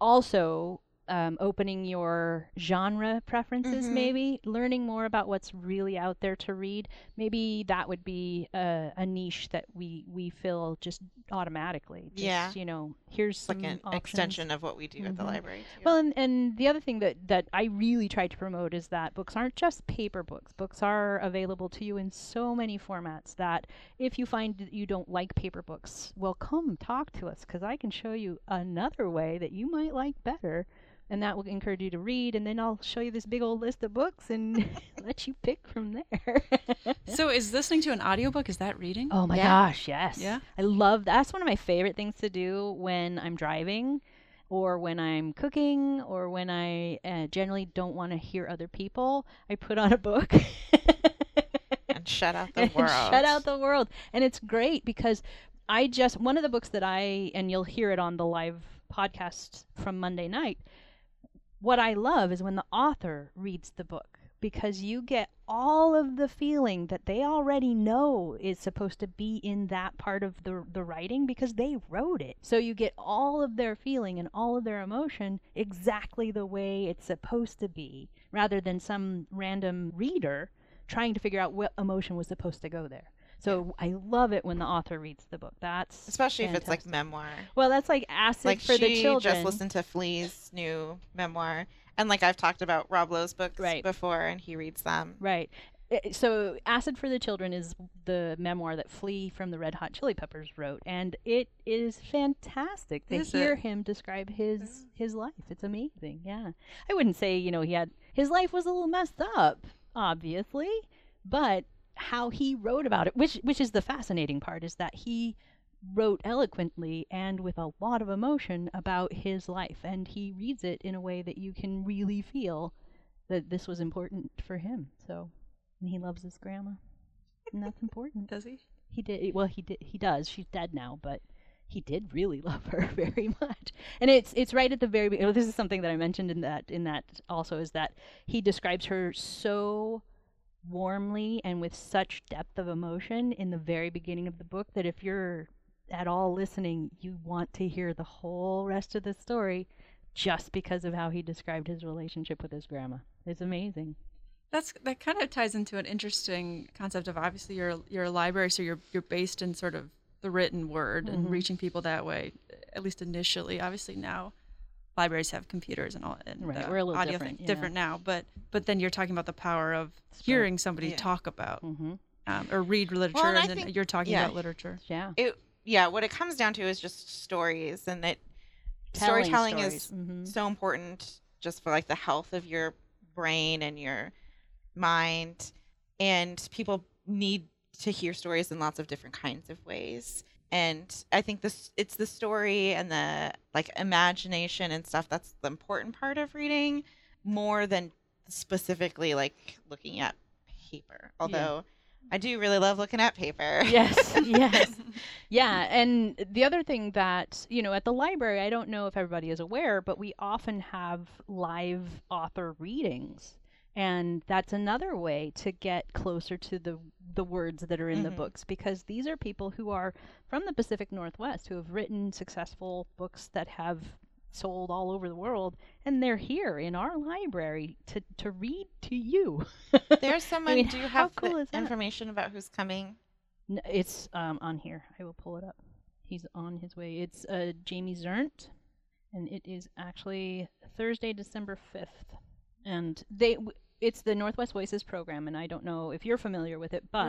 Speaker 3: also um, opening your genre preferences,
Speaker 2: Mhm.
Speaker 3: maybe learning more about what's really out there to read. Maybe that would be a, a niche that we we fill just automatically. Just,
Speaker 2: Yeah.
Speaker 3: you know, here's
Speaker 2: It's like
Speaker 3: some
Speaker 2: an
Speaker 3: options.
Speaker 2: extension of what we do at the
Speaker 3: Mhm.
Speaker 2: library. too.
Speaker 3: Well, and, and the other thing that, that I really try to promote is that books aren't just paper books. Books are available to you in so many formats that if you find that you don't like paper books, well, come talk to us because I can show you another way that you might like better. And that will encourage you to read. And then I'll show you this big old list of books and let you pick from there.
Speaker 4: So is listening to an audiobook is that reading?
Speaker 3: Oh my
Speaker 2: Yeah.
Speaker 3: gosh, yes.
Speaker 4: Yeah.
Speaker 3: I love that's one of my favorite things to do when I'm driving or when I'm cooking or when I uh, generally don't want to hear other people. I put on a book.
Speaker 2: and shut out the
Speaker 3: and
Speaker 2: world.
Speaker 3: shut out the world. And it's great because I just one of the books that I and you'll hear it on the live podcast from Monday night. What I love is when the author reads the book because you get all of the feeling that they already know is supposed to be in that part of the the writing because they wrote it. So you get all of their feeling and all of their emotion exactly the way it's supposed to be rather than some random reader trying to figure out what emotion was supposed to go there. So I love it when the author reads the book. That's
Speaker 2: Especially if it's like
Speaker 3: fantastic.
Speaker 2: memoir.
Speaker 3: well, that's like acid
Speaker 2: Like
Speaker 3: for the
Speaker 2: she
Speaker 3: children.
Speaker 2: just listened to Flea's new memoir, and like I've talked about Rob Lowe's books
Speaker 3: Right.
Speaker 2: before, and he reads them.
Speaker 3: Right. I- So, Acid for the Children is the memoir that Flea from the Red Hot Chili Peppers wrote, and it is fantastic to
Speaker 4: Is
Speaker 3: hear
Speaker 4: it? Mm-hmm.
Speaker 3: him describe his his life. It's amazing. Yeah, I wouldn't say you know he had his life was a little messed up, obviously, but how he wrote about it, which which is the fascinating part, is that he wrote eloquently and with a lot of emotion about his life, and he reads it in a way that you can really feel that this was important for him. So, and he loves his grandma, and that's important.
Speaker 4: Does he?
Speaker 3: He did well. He did. He does. She's dead now, but he did really love her very much. And it's it's right at the very. be- Oh, this is something that I mentioned in that in that also is that he describes her so warmly and with such depth of emotion in the very beginning of the book that if you're at all listening, you want to hear the whole rest of the story just because of how he described his relationship with his grandma. It's amazing.
Speaker 4: That's that kind of ties into an interesting concept of obviously your your library, so you're you're based in sort of the written word and
Speaker 3: Mm-hmm.
Speaker 4: reaching people that way, at least initially. Obviously now, libraries have computers and all, and
Speaker 3: Right,
Speaker 4: the
Speaker 3: we're a little
Speaker 4: audio
Speaker 3: different,
Speaker 4: thing-
Speaker 3: yeah.
Speaker 4: different now. But but then you're talking about the power of hearing somebody
Speaker 2: Yeah.
Speaker 4: talk about
Speaker 3: Mm-hmm.
Speaker 4: um, or read literature,
Speaker 2: and I
Speaker 4: and then
Speaker 2: think-
Speaker 4: you're talking
Speaker 2: yeah.
Speaker 4: about literature.
Speaker 3: Yeah.
Speaker 2: It, yeah. What it comes down to is just stories, and it
Speaker 3: Telling
Speaker 2: storytelling
Speaker 3: stories.
Speaker 2: is
Speaker 3: Mhm.
Speaker 2: so important just for like the health of your brain and your mind and people need to hear stories in lots of different kinds of ways and i think this it's the story and the like imagination and stuff that's the important part of reading more than specifically like looking at paper although I do really love looking at paper.
Speaker 3: yes yes yeah and the other thing that you know at the library i don't know if everybody is aware but we often have live author readings and that's another way to get closer to the the words that are in the
Speaker 2: Mhm.
Speaker 3: books because these are people who are from the pacific northwest who have written successful books that have sold all over the world and they're here in our library to to read to you
Speaker 2: There's someone.
Speaker 3: mean,
Speaker 2: do you
Speaker 3: how
Speaker 2: have the
Speaker 3: cool is that?
Speaker 2: information about who's coming?
Speaker 3: N- It's um, on here. I will pull it up. He's on his way. It's uh, Jamie Zernt, and it is actually Thursday, December fifth. And they, w- it's the Northwest Voices program, and I don't know if you're familiar with it, but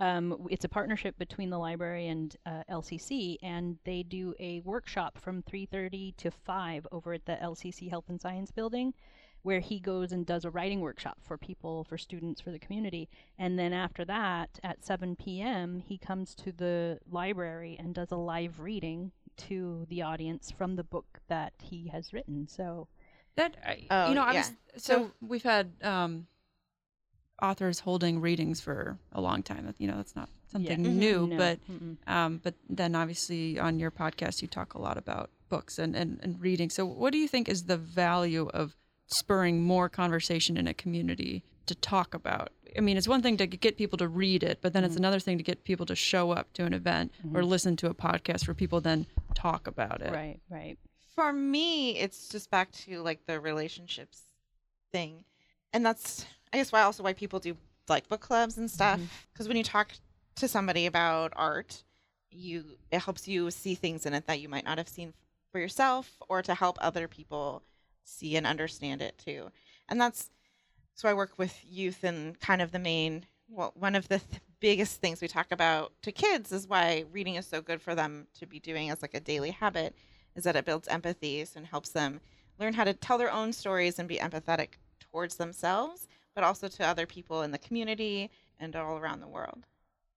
Speaker 4: Right.
Speaker 3: um, w- it's a partnership between the library and uh, LCC, and they do a workshop from 3:30 to 5 over at the LCC Health and Science Building, where he goes and does a writing workshop for people, for students, for the community. And then after that, at 7 p.m., he comes to the library and does a live reading to the audience from the book that he has written. So
Speaker 4: That I
Speaker 2: Oh,
Speaker 4: you know, I
Speaker 2: yeah.
Speaker 4: was so we've had um, authors holding readings for a long time. That- You know, that's not something
Speaker 2: Mhm.
Speaker 4: new,
Speaker 3: no,
Speaker 4: but
Speaker 3: mm-mm.
Speaker 4: um, but then obviously on your podcast you talk a lot about books and, and and reading. So what do you think is the value of spurring more conversation in a community to talk about? I mean, it's one thing to get people to read it, but then
Speaker 3: Mm-hmm.
Speaker 4: it's another thing to get people to show up to an event or listen to a podcast where people then talk about it.
Speaker 3: right, right.
Speaker 2: For me, it's just back to like the relationships thing, and that's I guess why also why people do like book clubs and stuff. Because when you talk to somebody about art, you it helps you see things in it that you might not have seen for yourself, or to help other people see and understand it too. And that's so I work with youth and kind of the main well, one of the th- biggest things we talk about to kids is why reading is so good for them to be doing as like a daily habit is that it builds empathy and helps them learn how to tell their own stories and be empathetic towards themselves, but also to other people in the community and all around the world.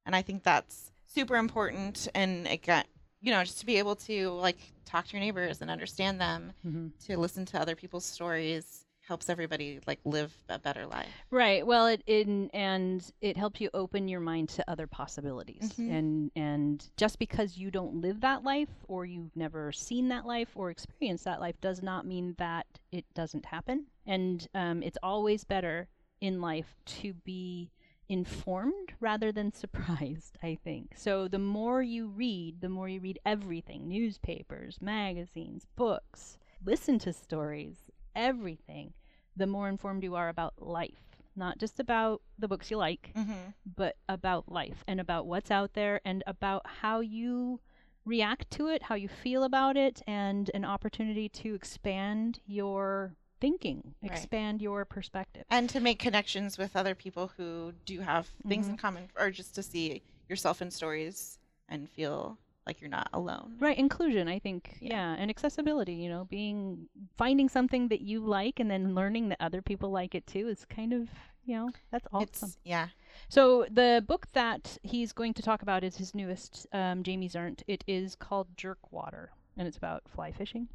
Speaker 2: And I think that's super important. And again, you know, just to be able to like talk to your neighbors and understand them,
Speaker 3: Mhm.
Speaker 2: to listen to other people's stories helps everybody like live a better life.
Speaker 3: Right. Well, it in and it helps you open your mind to other possibilities.
Speaker 2: Mhm.
Speaker 3: And and just because you don't live that life or you've never seen that life or experienced that life does not mean that it doesn't happen. And um, it's always better in life to be informed rather than surprised, I think. So the more you read, the more you read everything, newspapers, magazines, books, listen to stories, everything the more informed you are about life, not just about the books you like,
Speaker 2: Mm-hmm.
Speaker 3: but about life and about what's out there and about how you react to it, how you feel about it, and an opportunity to expand your thinking,
Speaker 2: Right.
Speaker 3: expand your perspective.
Speaker 2: And to make connections with other people who do have things in common, or just to see yourself in stories and feel like you're not alone.
Speaker 3: Right, inclusion, I think. Yeah.
Speaker 2: Yeah.
Speaker 3: and accessibility, you know, being finding something that you like and then learning that other people like it too is kind of, you know, that's awesome.
Speaker 2: It's yeah.
Speaker 3: So the book that he's going to talk about is his newest, um, Jamie Zernt. It is called Jerkwater, and it's about fly fishing.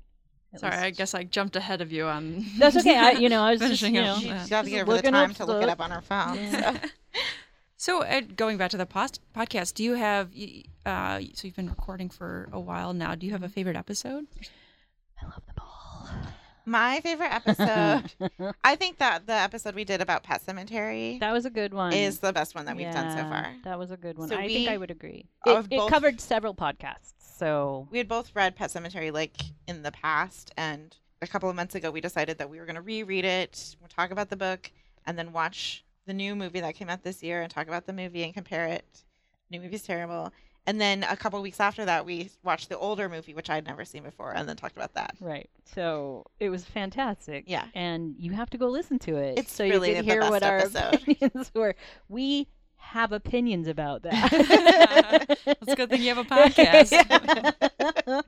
Speaker 3: At
Speaker 4: Sorry, I
Speaker 3: least-
Speaker 4: guess I jumped ahead of you on.
Speaker 3: that's okay. I, you know, I was just,
Speaker 4: Finishing
Speaker 3: you
Speaker 4: up.
Speaker 3: know,
Speaker 2: She
Speaker 4: Yeah.
Speaker 2: just got to
Speaker 3: Just
Speaker 2: get over the
Speaker 3: looking
Speaker 2: time
Speaker 3: up
Speaker 2: to look it
Speaker 3: stuff.
Speaker 2: up on her phone.
Speaker 3: Yeah.
Speaker 2: so.
Speaker 4: So uh, going back to the post- podcast, do you have? y- Uh, so you've been recording for a while now. Do you
Speaker 3: Mm-hmm.
Speaker 4: have a favorite episode?
Speaker 3: I love them all.
Speaker 2: My favorite episode, I think that the episode we did about Pet Cemetery
Speaker 3: That was a good one.
Speaker 2: is the best one that we've done so
Speaker 3: Yeah,
Speaker 2: far.
Speaker 3: That was a good one.
Speaker 2: So
Speaker 3: I think I
Speaker 2: we-
Speaker 3: would agree. It,
Speaker 2: of
Speaker 3: it
Speaker 2: both-
Speaker 3: covered several podcasts, so
Speaker 2: We had both read Pet Cemetery like in the past, and a couple of months ago we decided that we were going to reread it, we'll talk about the book, and then watch the new movie that came out this year and talk about the movie and compare it. New movie's terrible. And then a couple of weeks after that, we watched the older movie, which I had never seen before, and then talked about that.
Speaker 3: right. So it was fantastic.
Speaker 2: Yeah.
Speaker 3: and you have to go listen to it.
Speaker 2: It's
Speaker 3: so
Speaker 2: really
Speaker 3: you could
Speaker 2: the
Speaker 3: hear
Speaker 2: best
Speaker 3: what our
Speaker 2: episode.
Speaker 3: opinions were. We have opinions about that.
Speaker 4: It's a good thing you have a podcast.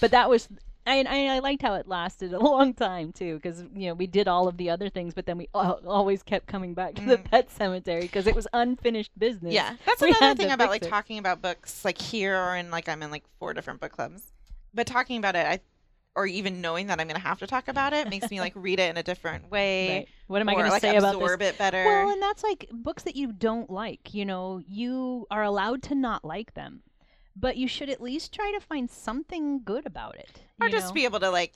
Speaker 3: but that was I, I I liked how it lasted a long time too because you know we did all of the other things but then we al- always kept coming back to the
Speaker 2: Mm.
Speaker 3: pet cemetery because it was unfinished business
Speaker 2: Yeah, that's
Speaker 3: We
Speaker 2: another
Speaker 3: had
Speaker 2: thing
Speaker 3: to
Speaker 2: about
Speaker 3: fix
Speaker 2: like
Speaker 3: it.
Speaker 2: talking about books like here or in like I'm in like four different book clubs, but talking about it, I or even knowing that I'm going to have to talk about it makes me like read it in a different way.
Speaker 3: Right. What am I
Speaker 2: or,
Speaker 3: going to
Speaker 2: like,
Speaker 3: say about this?
Speaker 2: absorb it better?
Speaker 3: Well, and that's like books that you don't like. You know, you are allowed to not like them, but you should at least try to find something good about it.
Speaker 2: or
Speaker 3: you
Speaker 2: just
Speaker 3: know?
Speaker 2: be able to like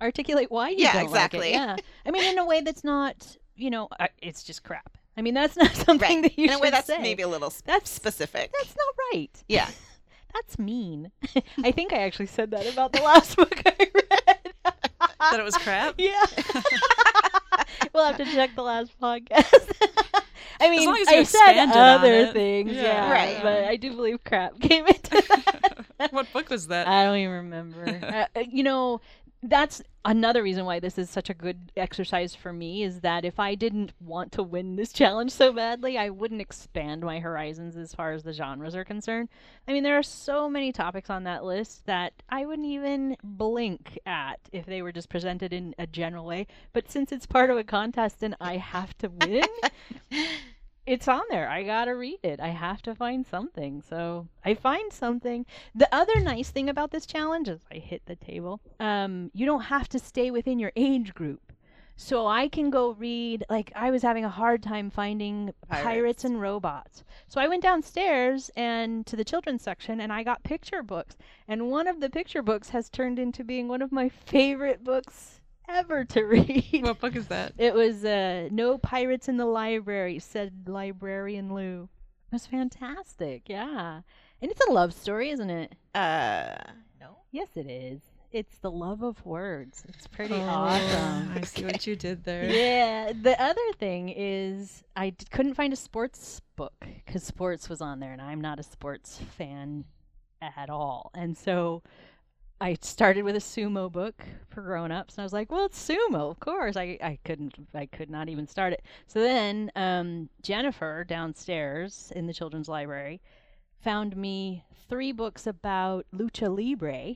Speaker 3: articulate why you
Speaker 2: Yeah,
Speaker 3: don't like it.
Speaker 2: exactly.
Speaker 3: Yeah, I mean, in a way that's not. You know, uh, it's just crap. I mean, that's not
Speaker 2: right
Speaker 3: something that you
Speaker 2: in a
Speaker 3: should
Speaker 2: way that's
Speaker 3: say.
Speaker 2: maybe a little sp-
Speaker 3: that's
Speaker 2: specific.
Speaker 3: that's not right.
Speaker 2: Yeah.
Speaker 3: That's mean. I think I actually said that about the last book I read.
Speaker 4: That it was crap.
Speaker 3: Yeah. we'll have to check the last podcast. I mean,
Speaker 4: long as you
Speaker 3: I said
Speaker 4: expanded on
Speaker 3: other
Speaker 4: it.
Speaker 3: things,
Speaker 4: Yeah.
Speaker 3: yeah,
Speaker 2: Right.
Speaker 3: but I do believe crap came into that.
Speaker 4: what book was that?
Speaker 3: I don't even remember. uh, you know, that's another reason why this is such a good exercise for me is that if I didn't want to win this challenge so badly, I wouldn't expand my horizons as far as the genres are concerned. I mean, there are so many topics on that list that I wouldn't even blink at if they were just presented in a general way. But since it's part of a contest and I have to win, it's on there. I gotta read it. I have to find something. So I find something. The other nice thing about this challenge is I hit the table. Um, you don't have to stay within your age group. So I can go read like I was having a hard time finding pirates.
Speaker 2: Pirates.
Speaker 3: and robots. So I went downstairs and to the children's section and I got picture books. And one of the picture books has turned into being one of my favorite books ever to read.
Speaker 4: What book is that?
Speaker 3: It was uh, No Pirates in the Library, said Librarian Lou. It was fantastic, yeah. And it's a love story, isn't it?
Speaker 2: Uh, no.
Speaker 3: Yes, it is. It's the love of words. It's pretty
Speaker 4: Oh,
Speaker 3: awesome.
Speaker 4: I see what you did there.
Speaker 3: Yeah. The other thing is, I d- couldn't find a sports book because sports was on there, and I'm not a sports fan at all. And so I started with a sumo book for grown-ups, and I was like, "Well, it's sumo, of course." I I couldn't, I could not even start it. So then um, Jennifer downstairs in the children's library found me three books about lucha libre,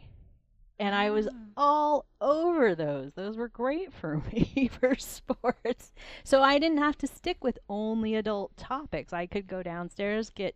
Speaker 3: and I was
Speaker 2: Mm.
Speaker 3: all over those. Those were great for me for sports. So I didn't have to stick with only adult topics. I could go downstairs, get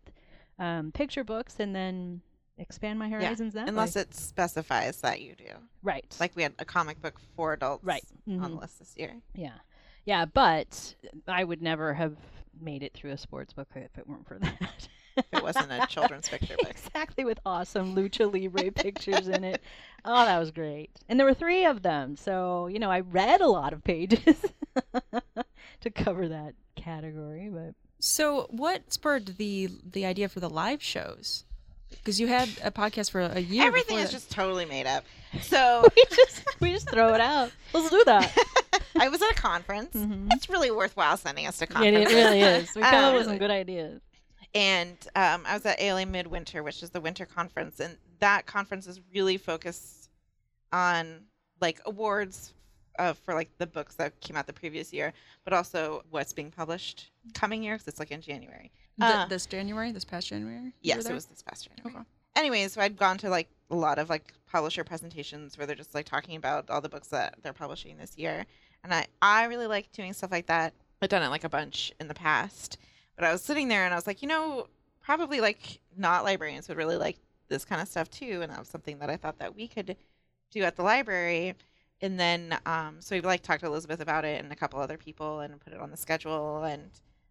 Speaker 3: um, picture books, and then expand my horizons that
Speaker 2: Unless
Speaker 3: way.
Speaker 2: it specifies that you do.
Speaker 3: right.
Speaker 2: Like we had a comic book for adults
Speaker 3: right.
Speaker 2: on
Speaker 3: mhm,
Speaker 2: the list this year.
Speaker 3: Yeah. Yeah, but I would never have made it through a sports book if it weren't for that.
Speaker 2: If it wasn't a children's picture book.
Speaker 3: Exactly, with awesome lucha libre pictures in it. Oh, that was great. And there were three of them, so you know I read a lot of pages to cover that category. But
Speaker 4: So, what spurred the the idea for the live shows? Because you had a podcast for a year.
Speaker 2: Everything
Speaker 4: before
Speaker 2: is
Speaker 4: that.
Speaker 2: just totally made up. So
Speaker 3: we just we just throw it out. Let's do that.
Speaker 2: I was at a conference.
Speaker 3: Mhm.
Speaker 2: It's really worthwell sending us to
Speaker 3: And
Speaker 2: conferences.
Speaker 3: it Ah, really is. We come up with
Speaker 2: Um,
Speaker 3: some good ideas.
Speaker 2: and um, I was at ALA Midwinter, which is the winter conference, and that conference is really focused on like awards uh, for like the books that came out the previous year, but also what's being published coming year because it's like in January.
Speaker 4: Th-
Speaker 2: uh,
Speaker 4: this January, this past January. you were
Speaker 2: Yes, it
Speaker 4: there?
Speaker 2: was this past January.
Speaker 4: Okay.
Speaker 2: Anyway, so I'd gone to like a lot of like publisher presentations where they're just like talking about all the books that they're publishing this year, and I I really like doing stuff like that. I've done it like a bunch in the past, but I was sitting there and I was like, you know, probably like not librarians would really like this kind of stuff too, and that was something that I thought that we could do at the library. And then, um, so we like talked to Elizabeth about it and a couple other people and put it on the schedule. And I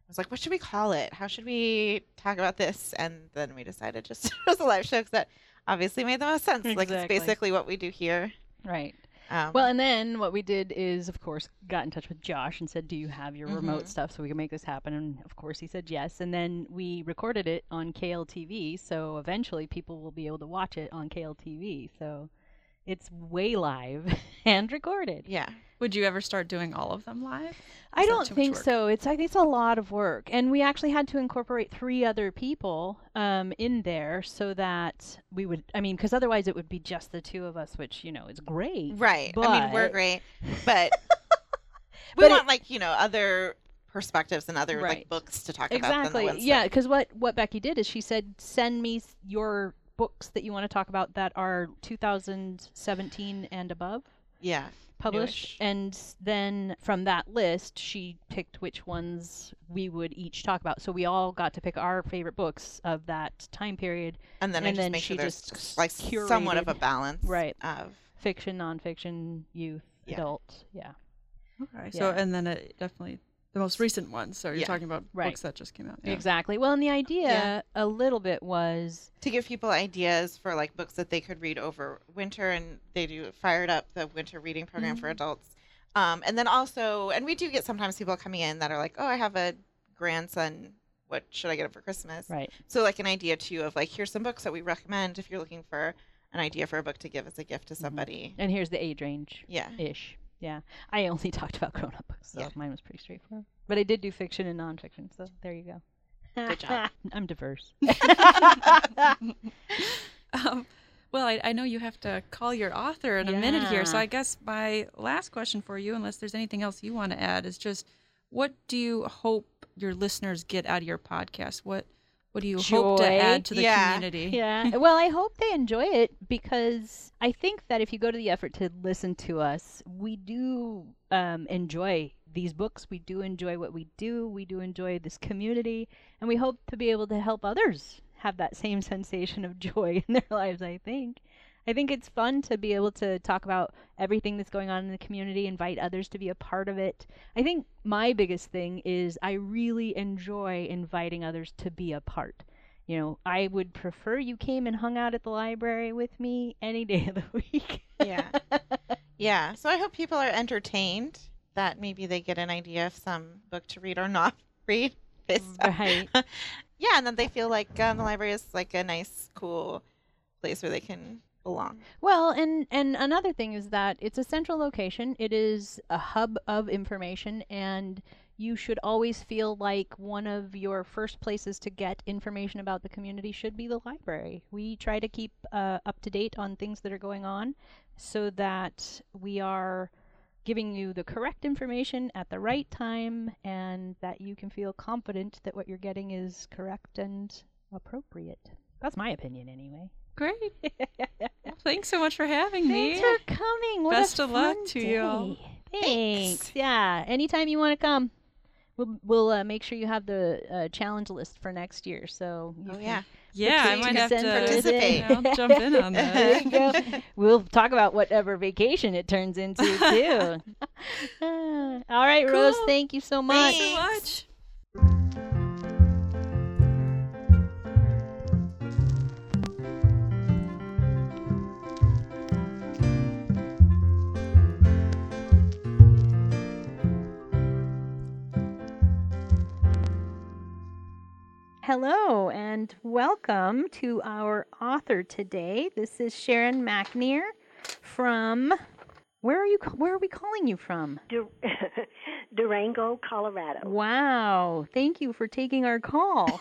Speaker 2: was like, what should we call it? How should we talk about this? And then we decided just it was a live show because that obviously made the most sense. Like it's
Speaker 3: Exactly.
Speaker 2: basically what we do here.
Speaker 3: Right.
Speaker 2: Um,
Speaker 3: Well, and then what we did is, of course, got in touch with Josh and said, "Do you have your
Speaker 2: Mhm.
Speaker 3: remote stuff so we can make this happen?" And of course, he said yes. And then we recorded it on KLTV, so eventually people will be able to watch it on KLTV. So it's way live and recorded.
Speaker 2: yeah,
Speaker 4: Would you ever start doing all of them live?
Speaker 3: I
Speaker 4: Is that
Speaker 3: don't
Speaker 4: too much
Speaker 3: think
Speaker 4: work?
Speaker 3: so. It's I think it's a lot of work, and we actually had to incorporate three other people um, in there so that we would. I mean, because otherwise it would be just the two of us, which you know is great.
Speaker 2: right. I mean, we're
Speaker 3: But-
Speaker 2: great, but we
Speaker 3: But
Speaker 2: want like you know other perspectives and other like
Speaker 3: Right.
Speaker 2: books to talk about. than the
Speaker 3: exactly
Speaker 2: ones
Speaker 3: yeah
Speaker 2: that-
Speaker 3: because what what becky did is she said send me s- your books that you want to talk about that are 2017 and above
Speaker 2: yeah.
Speaker 3: published
Speaker 2: Newish.
Speaker 3: and then from that list she picked which ones we would each talk about so we all got to pick our favorite books of that time period
Speaker 2: And then I
Speaker 3: And
Speaker 2: just
Speaker 3: then
Speaker 2: make sure
Speaker 3: she
Speaker 2: there's
Speaker 3: just
Speaker 2: like somewhat of a
Speaker 3: curated-
Speaker 2: balance
Speaker 3: Right.
Speaker 2: of
Speaker 3: fiction, nonfiction, youth,
Speaker 2: Yeah.
Speaker 3: adult. Yeah.
Speaker 4: Okay. So
Speaker 3: Yeah.
Speaker 4: and then it definitely the most recent ones. So you're
Speaker 2: Yeah.
Speaker 4: talking about
Speaker 3: Right.
Speaker 4: books that just came out. Yeah.
Speaker 3: Exactly. Well, and the idea
Speaker 2: Yeah.
Speaker 3: a little bit was
Speaker 2: to give people ideas for like books that they could read over winter and they do fired up the winter reading program
Speaker 3: Mm-hmm.
Speaker 2: for adults um, and then also and we do get sometimes people coming in that are like oh i have a grandson what should i get him for christmas
Speaker 3: right.
Speaker 2: so like an idea too of like here's some books that we recommend if you're looking for an idea for a book to give as a gift to somebody
Speaker 3: And here's the age range
Speaker 2: yeah
Speaker 3: ish. Mm-hmm. Yeah. I only talked about grown up books, so
Speaker 2: Yeah.
Speaker 3: mine was pretty straightforward. But I did do fiction and nonfiction, so there you go.
Speaker 2: Good job.
Speaker 3: I'm diverse.
Speaker 4: Um, well, I, I know you have to call your author in a minute here, so
Speaker 3: Yeah.
Speaker 4: I guess my last question for you, unless there's anything else you want to add, is just what do you hope your listeners get out of your podcast? What what do you hope to
Speaker 3: Joy.
Speaker 4: add to the
Speaker 2: Yeah.
Speaker 4: community?
Speaker 3: Yeah. well, I hope they enjoy it because I think that if you go to the effort to listen to us, we do um, enjoy these books. We do enjoy what we do. We do enjoy this community. And we hope to be able to help others have that same sensation of joy in their lives, I think. I think it's fun to be able to talk about everything that's going on in the community, invite others to be a part of it. I think my biggest thing is I really enjoy inviting others to be a part. You know, I would prefer you came and hung out at the library with me any day of the week.
Speaker 2: yeah yeah so i hope people are entertained that maybe they get an idea of some book to read or not read based on-
Speaker 3: right.
Speaker 2: yeah and then they feel like um, the library is like a nice cool place where they can belong
Speaker 3: Well, and and another thing is that it's a central location. It is a hub of information and you should always feel like one of your first places to get information about the community should be the library. We try to keep uh, up to date on things that are going on so that we are giving you the correct information at the right time and that you can feel confident that what you're getting is correct and appropriate. That's my opinion, anyway.
Speaker 4: Great. Well, thanks so much for having
Speaker 3: Thanks
Speaker 4: me.
Speaker 3: for coming. What a
Speaker 4: Best of luck
Speaker 3: fun
Speaker 4: to you all.
Speaker 3: day. Thanks. Yeah. Anytime you want to come, we'll we'll uh, make sure you have the uh, challenge list for next year. So you
Speaker 2: oh
Speaker 3: can-
Speaker 2: yeah
Speaker 4: yeah, I
Speaker 3: Please
Speaker 4: might have to
Speaker 3: send those
Speaker 2: Participate.
Speaker 4: you know, jump in on
Speaker 3: There
Speaker 4: that.
Speaker 3: you go. we'll talk about whatever vacation it turns into too. all right, Rose.
Speaker 4: Cool.
Speaker 3: Thank you so much.
Speaker 4: Thanks so
Speaker 2: Thanks.
Speaker 4: much.
Speaker 1: Hello and welcome to our author today. This is Sharon McNear from where are you ca- where are we calling you from?
Speaker 5: Dur- Durango, Colorado.
Speaker 1: Wow, thank you for taking our call.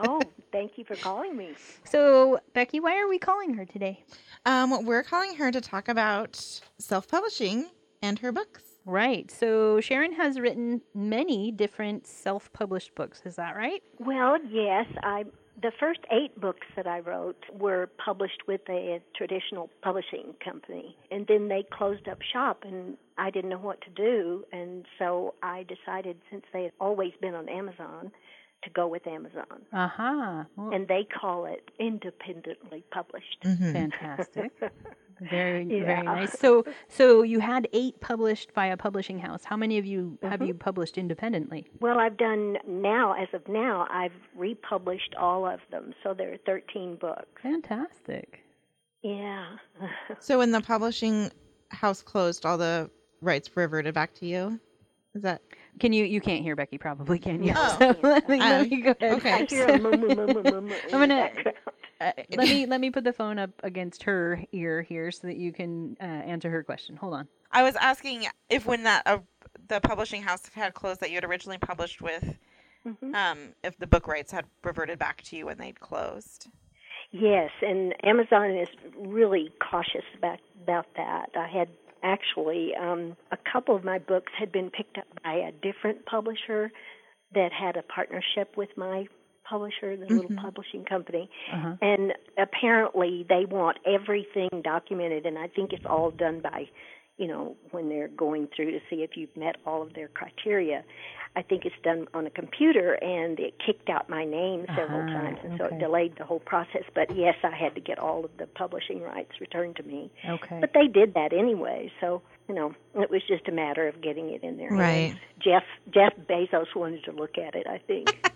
Speaker 5: oh, thank you for calling me.
Speaker 1: so, Becky, why are we calling her today?
Speaker 2: um, we're calling her to talk about self-publishing and her books
Speaker 1: Right. So, Sharon has written many different self-published books, is that right?
Speaker 5: Well, yes, I the first eight books that I wrote were published with a traditional publishing company, and then they closed up shop, and I didn't know what to do, and so I decided since they had always been on Amazon to go with Amazon,
Speaker 1: Aha. Uh-huh. Well,
Speaker 5: and they call it independently published.
Speaker 1: Mm-hmm. fantastic. Very
Speaker 5: Yeah.
Speaker 1: very nice. So so you had 8 published by a publishing house. How many of you have you published independently?
Speaker 5: Well, I've done now, as of now, I've republished all of them, so there are 13 books.
Speaker 1: Fantastic.
Speaker 5: Yeah.
Speaker 2: so when the publishing house closed all the rights were reverted back to you is that
Speaker 1: Can you? You can't hear Becky, probably. Can you?
Speaker 2: Oh.
Speaker 1: So let me, let
Speaker 2: Um,
Speaker 1: me go ahead.
Speaker 2: okay.
Speaker 5: I hear a moo, moo, moo, moo, moo, moo in the
Speaker 1: gonna-
Speaker 5: background.
Speaker 1: Uh, let me let me put the phone up against her ear here so that you can uh, answer her question. Hold on.
Speaker 2: I was asking if when that uh, the publishing house had closed that you had originally published with,
Speaker 5: Mhm.
Speaker 2: um, if the book rights had reverted back to you when they'd closed.
Speaker 5: Yes, and Amazon is really cautious about about that. I had actually um, a couple of my books had been picked up by a different publisher that had a partnership with my publisher, the little publishing company,
Speaker 1: Uh-huh.
Speaker 5: and apparently they want everything documented, and I think it's all done by you know, when they're going through to see if you've met all of their criteria. I think it's done on a computer, and it kicked out my name several
Speaker 6: Ah,
Speaker 5: times, and so
Speaker 6: okay.
Speaker 5: it delayed the whole process. But yes, I had to get all of the publishing rights returned to me.
Speaker 6: Okay.
Speaker 5: But they did that anyway, so you know, it was just a matter of getting it in there.
Speaker 2: Right.
Speaker 5: Jeff Jeff Bezos wanted to look at it, I think.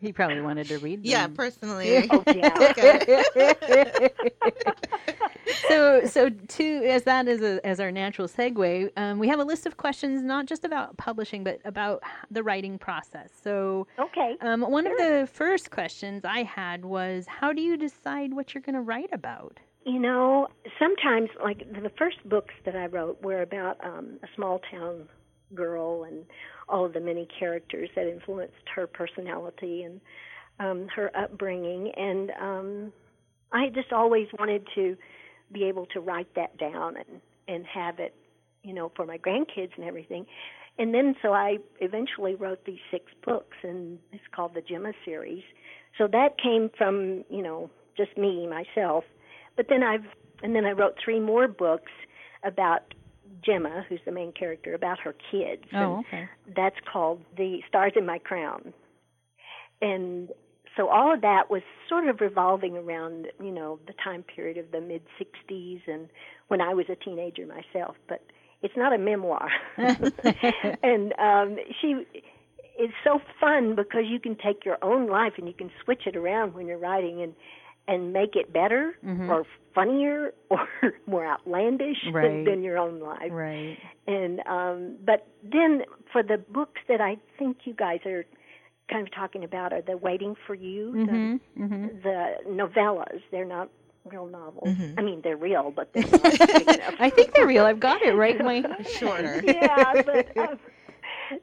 Speaker 1: He probably wanted to read.
Speaker 3: Mm.
Speaker 2: Yeah,
Speaker 1: them.
Speaker 2: personally.
Speaker 5: oh yeah.
Speaker 2: Okay.
Speaker 1: so so to as that is a, as our natural segue um, we have a list of questions not just about publishing but about h- the writing process so
Speaker 5: Okay.
Speaker 1: um, one of the first questions i had was how do you decide what you're going to write about
Speaker 5: You know, sometimes like the first books that I wrote were about um, a small town girl and all of the many characters that influenced her personality and um, her upbringing, and um, I just always wanted to be able to write that down and and have it, you know, for my grandkids and everything. And then so I eventually wrote these six books, and it's called the Gemma series. So that came from you know just me myself. But then I've and then I wrote three more books about Gemma, who's the main character, about her kids. and
Speaker 1: okay
Speaker 5: that's called the Stars in My Crown. And so all of that was sort of revolving around, you know, the time period of the mid 60s and when I was a teenager myself, but it's not a memoir. and um she it's so fun because you can take your own life and you can switch it around when you're writing and and make it better or funnier or more outlandish than-
Speaker 1: Right.
Speaker 5: than your own life
Speaker 1: right
Speaker 5: and um but then for the books that I think you guys are kind of talking about are the Waiting for You,
Speaker 1: Mm-hmm.
Speaker 5: the, the novellas. They're not real novels. I mean, they're real, but they're not big enough.
Speaker 1: i think they're real i've got it right in my
Speaker 2: Shorter.
Speaker 5: yeah, but um,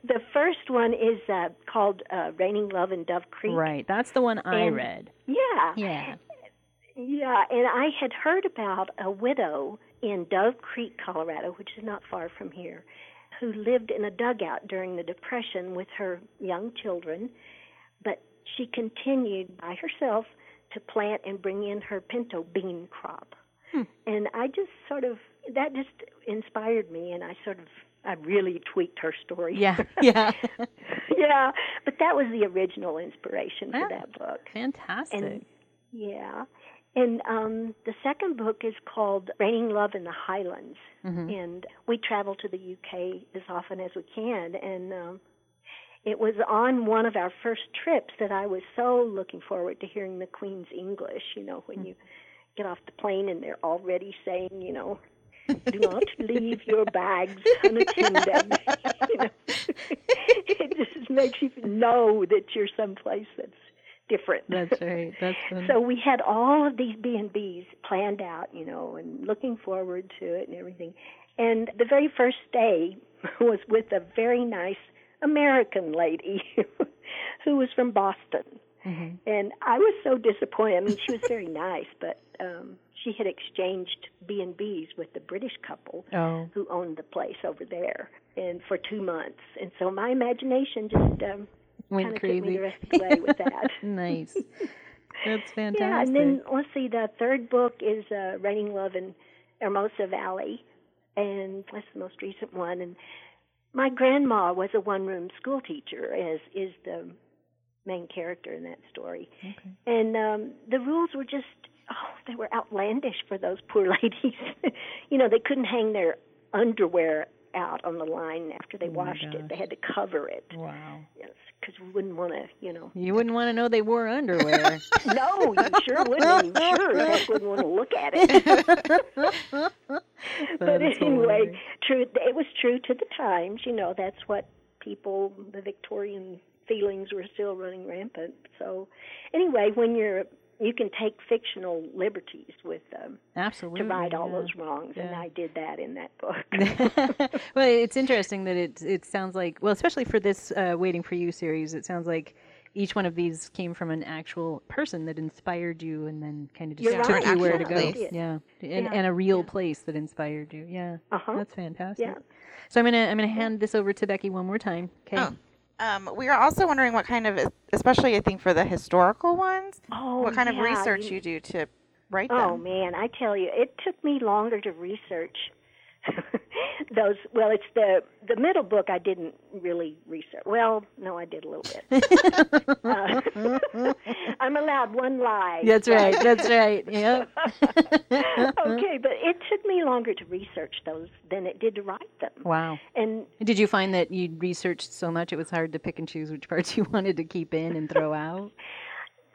Speaker 5: the first one is uh, called uh, Raining Love in Dove Creek.
Speaker 1: right that's the one i
Speaker 5: And-
Speaker 1: read
Speaker 5: Yeah.
Speaker 1: yeah
Speaker 5: Yeah, and I had heard about a widow in Dove Creek, Colorado, which is not far from here, who lived in a dugout during the Depression with her young children, but she continued by herself to plant and bring in her pinto bean crop. And I just sort of, that just inspired me, and I sort of, I really tweaked her story.
Speaker 1: yeah yeah
Speaker 5: yeah, but that was the original inspiration for
Speaker 1: Ah.
Speaker 5: that book.
Speaker 1: fantastic
Speaker 5: And yeah. And um, the second book is called Raining Love in the Highlands. And we travel to the UK as often as we can. And um, it was on one of our first trips that I was so looking forward to hearing the Queen's English, you know, when you get off the plane and they're already saying, you know, do not leave your bags unattended. you know, it just makes you know that you're someplace that's different.
Speaker 1: that's right that's fun.
Speaker 5: So we had all of these B and B's planned out, you know, and looking forward to it and everything. And the very first day was with a very nice American lady who was from Boston. And I was so disappointed. I mean, she was very nice, but um she had exchanged B and B's with the British couple
Speaker 1: oh
Speaker 5: who owned the place over there, and for two months. And so my imagination just um, kind
Speaker 1: went
Speaker 5: of took me the
Speaker 1: crazy
Speaker 5: rest of the way with that.
Speaker 1: nice that's fantastic
Speaker 5: Yeah, and then let's see. The third book is uh, Raining Love in Hermosa Valley, and that's the most recent one. And my grandma was a one-room school teacher, as is the main character in that story. And um, the rules were just oh, they were outlandish for those poor ladies. you know, they couldn't hang their underwear out on the line after they washed it; they had to cover it
Speaker 1: wow
Speaker 5: because we wouldn't want to, you know.
Speaker 1: You wouldn't want to know they wore underwear.
Speaker 5: No, you sure wouldn't. You sure as heck wouldn't want to look at it. but
Speaker 1: is
Speaker 5: anyway, true. It was true to the times. You know, that's what people, the Victorian feelings were still running rampant. So, anyway, when you're you can take fictional liberties with um,
Speaker 1: Absolutely.
Speaker 5: to right all
Speaker 1: yeah.
Speaker 5: those wrongs, and
Speaker 1: yeah.
Speaker 5: I did that in that book.
Speaker 1: well, it's interesting that it it sounds like well, especially for this uh, "Waiting for You" series, it sounds like each one of these came from an actual person that inspired you, and then kind of just
Speaker 5: You're
Speaker 1: took
Speaker 5: right,
Speaker 1: you where to go.
Speaker 5: absolutely.
Speaker 1: Yeah, and,
Speaker 5: Yeah,
Speaker 1: and a real place that inspired you. Yeah,
Speaker 5: Uh-huh.
Speaker 1: that's fantastic. So I'm gonna I'm gonna hand this over to Becky one more time. Okay.
Speaker 2: Oh. Um, we are also wondering what kind of, especially I think for the historical ones,
Speaker 5: Oh,
Speaker 2: what kind of
Speaker 5: yeah,
Speaker 2: research you do to write
Speaker 5: Oh
Speaker 2: them.
Speaker 5: man, I tell you, it took me longer to research those well it's the the middle book i didn't really research well no i did a little bit Uh, i'm allowed one lie
Speaker 3: That's right. That's right. Yep.
Speaker 5: okay but it took me longer to research those than it did to write them
Speaker 3: Wow.
Speaker 5: and
Speaker 3: Did you find that you researched so much it was hard to pick and choose which parts you wanted to keep in and throw out?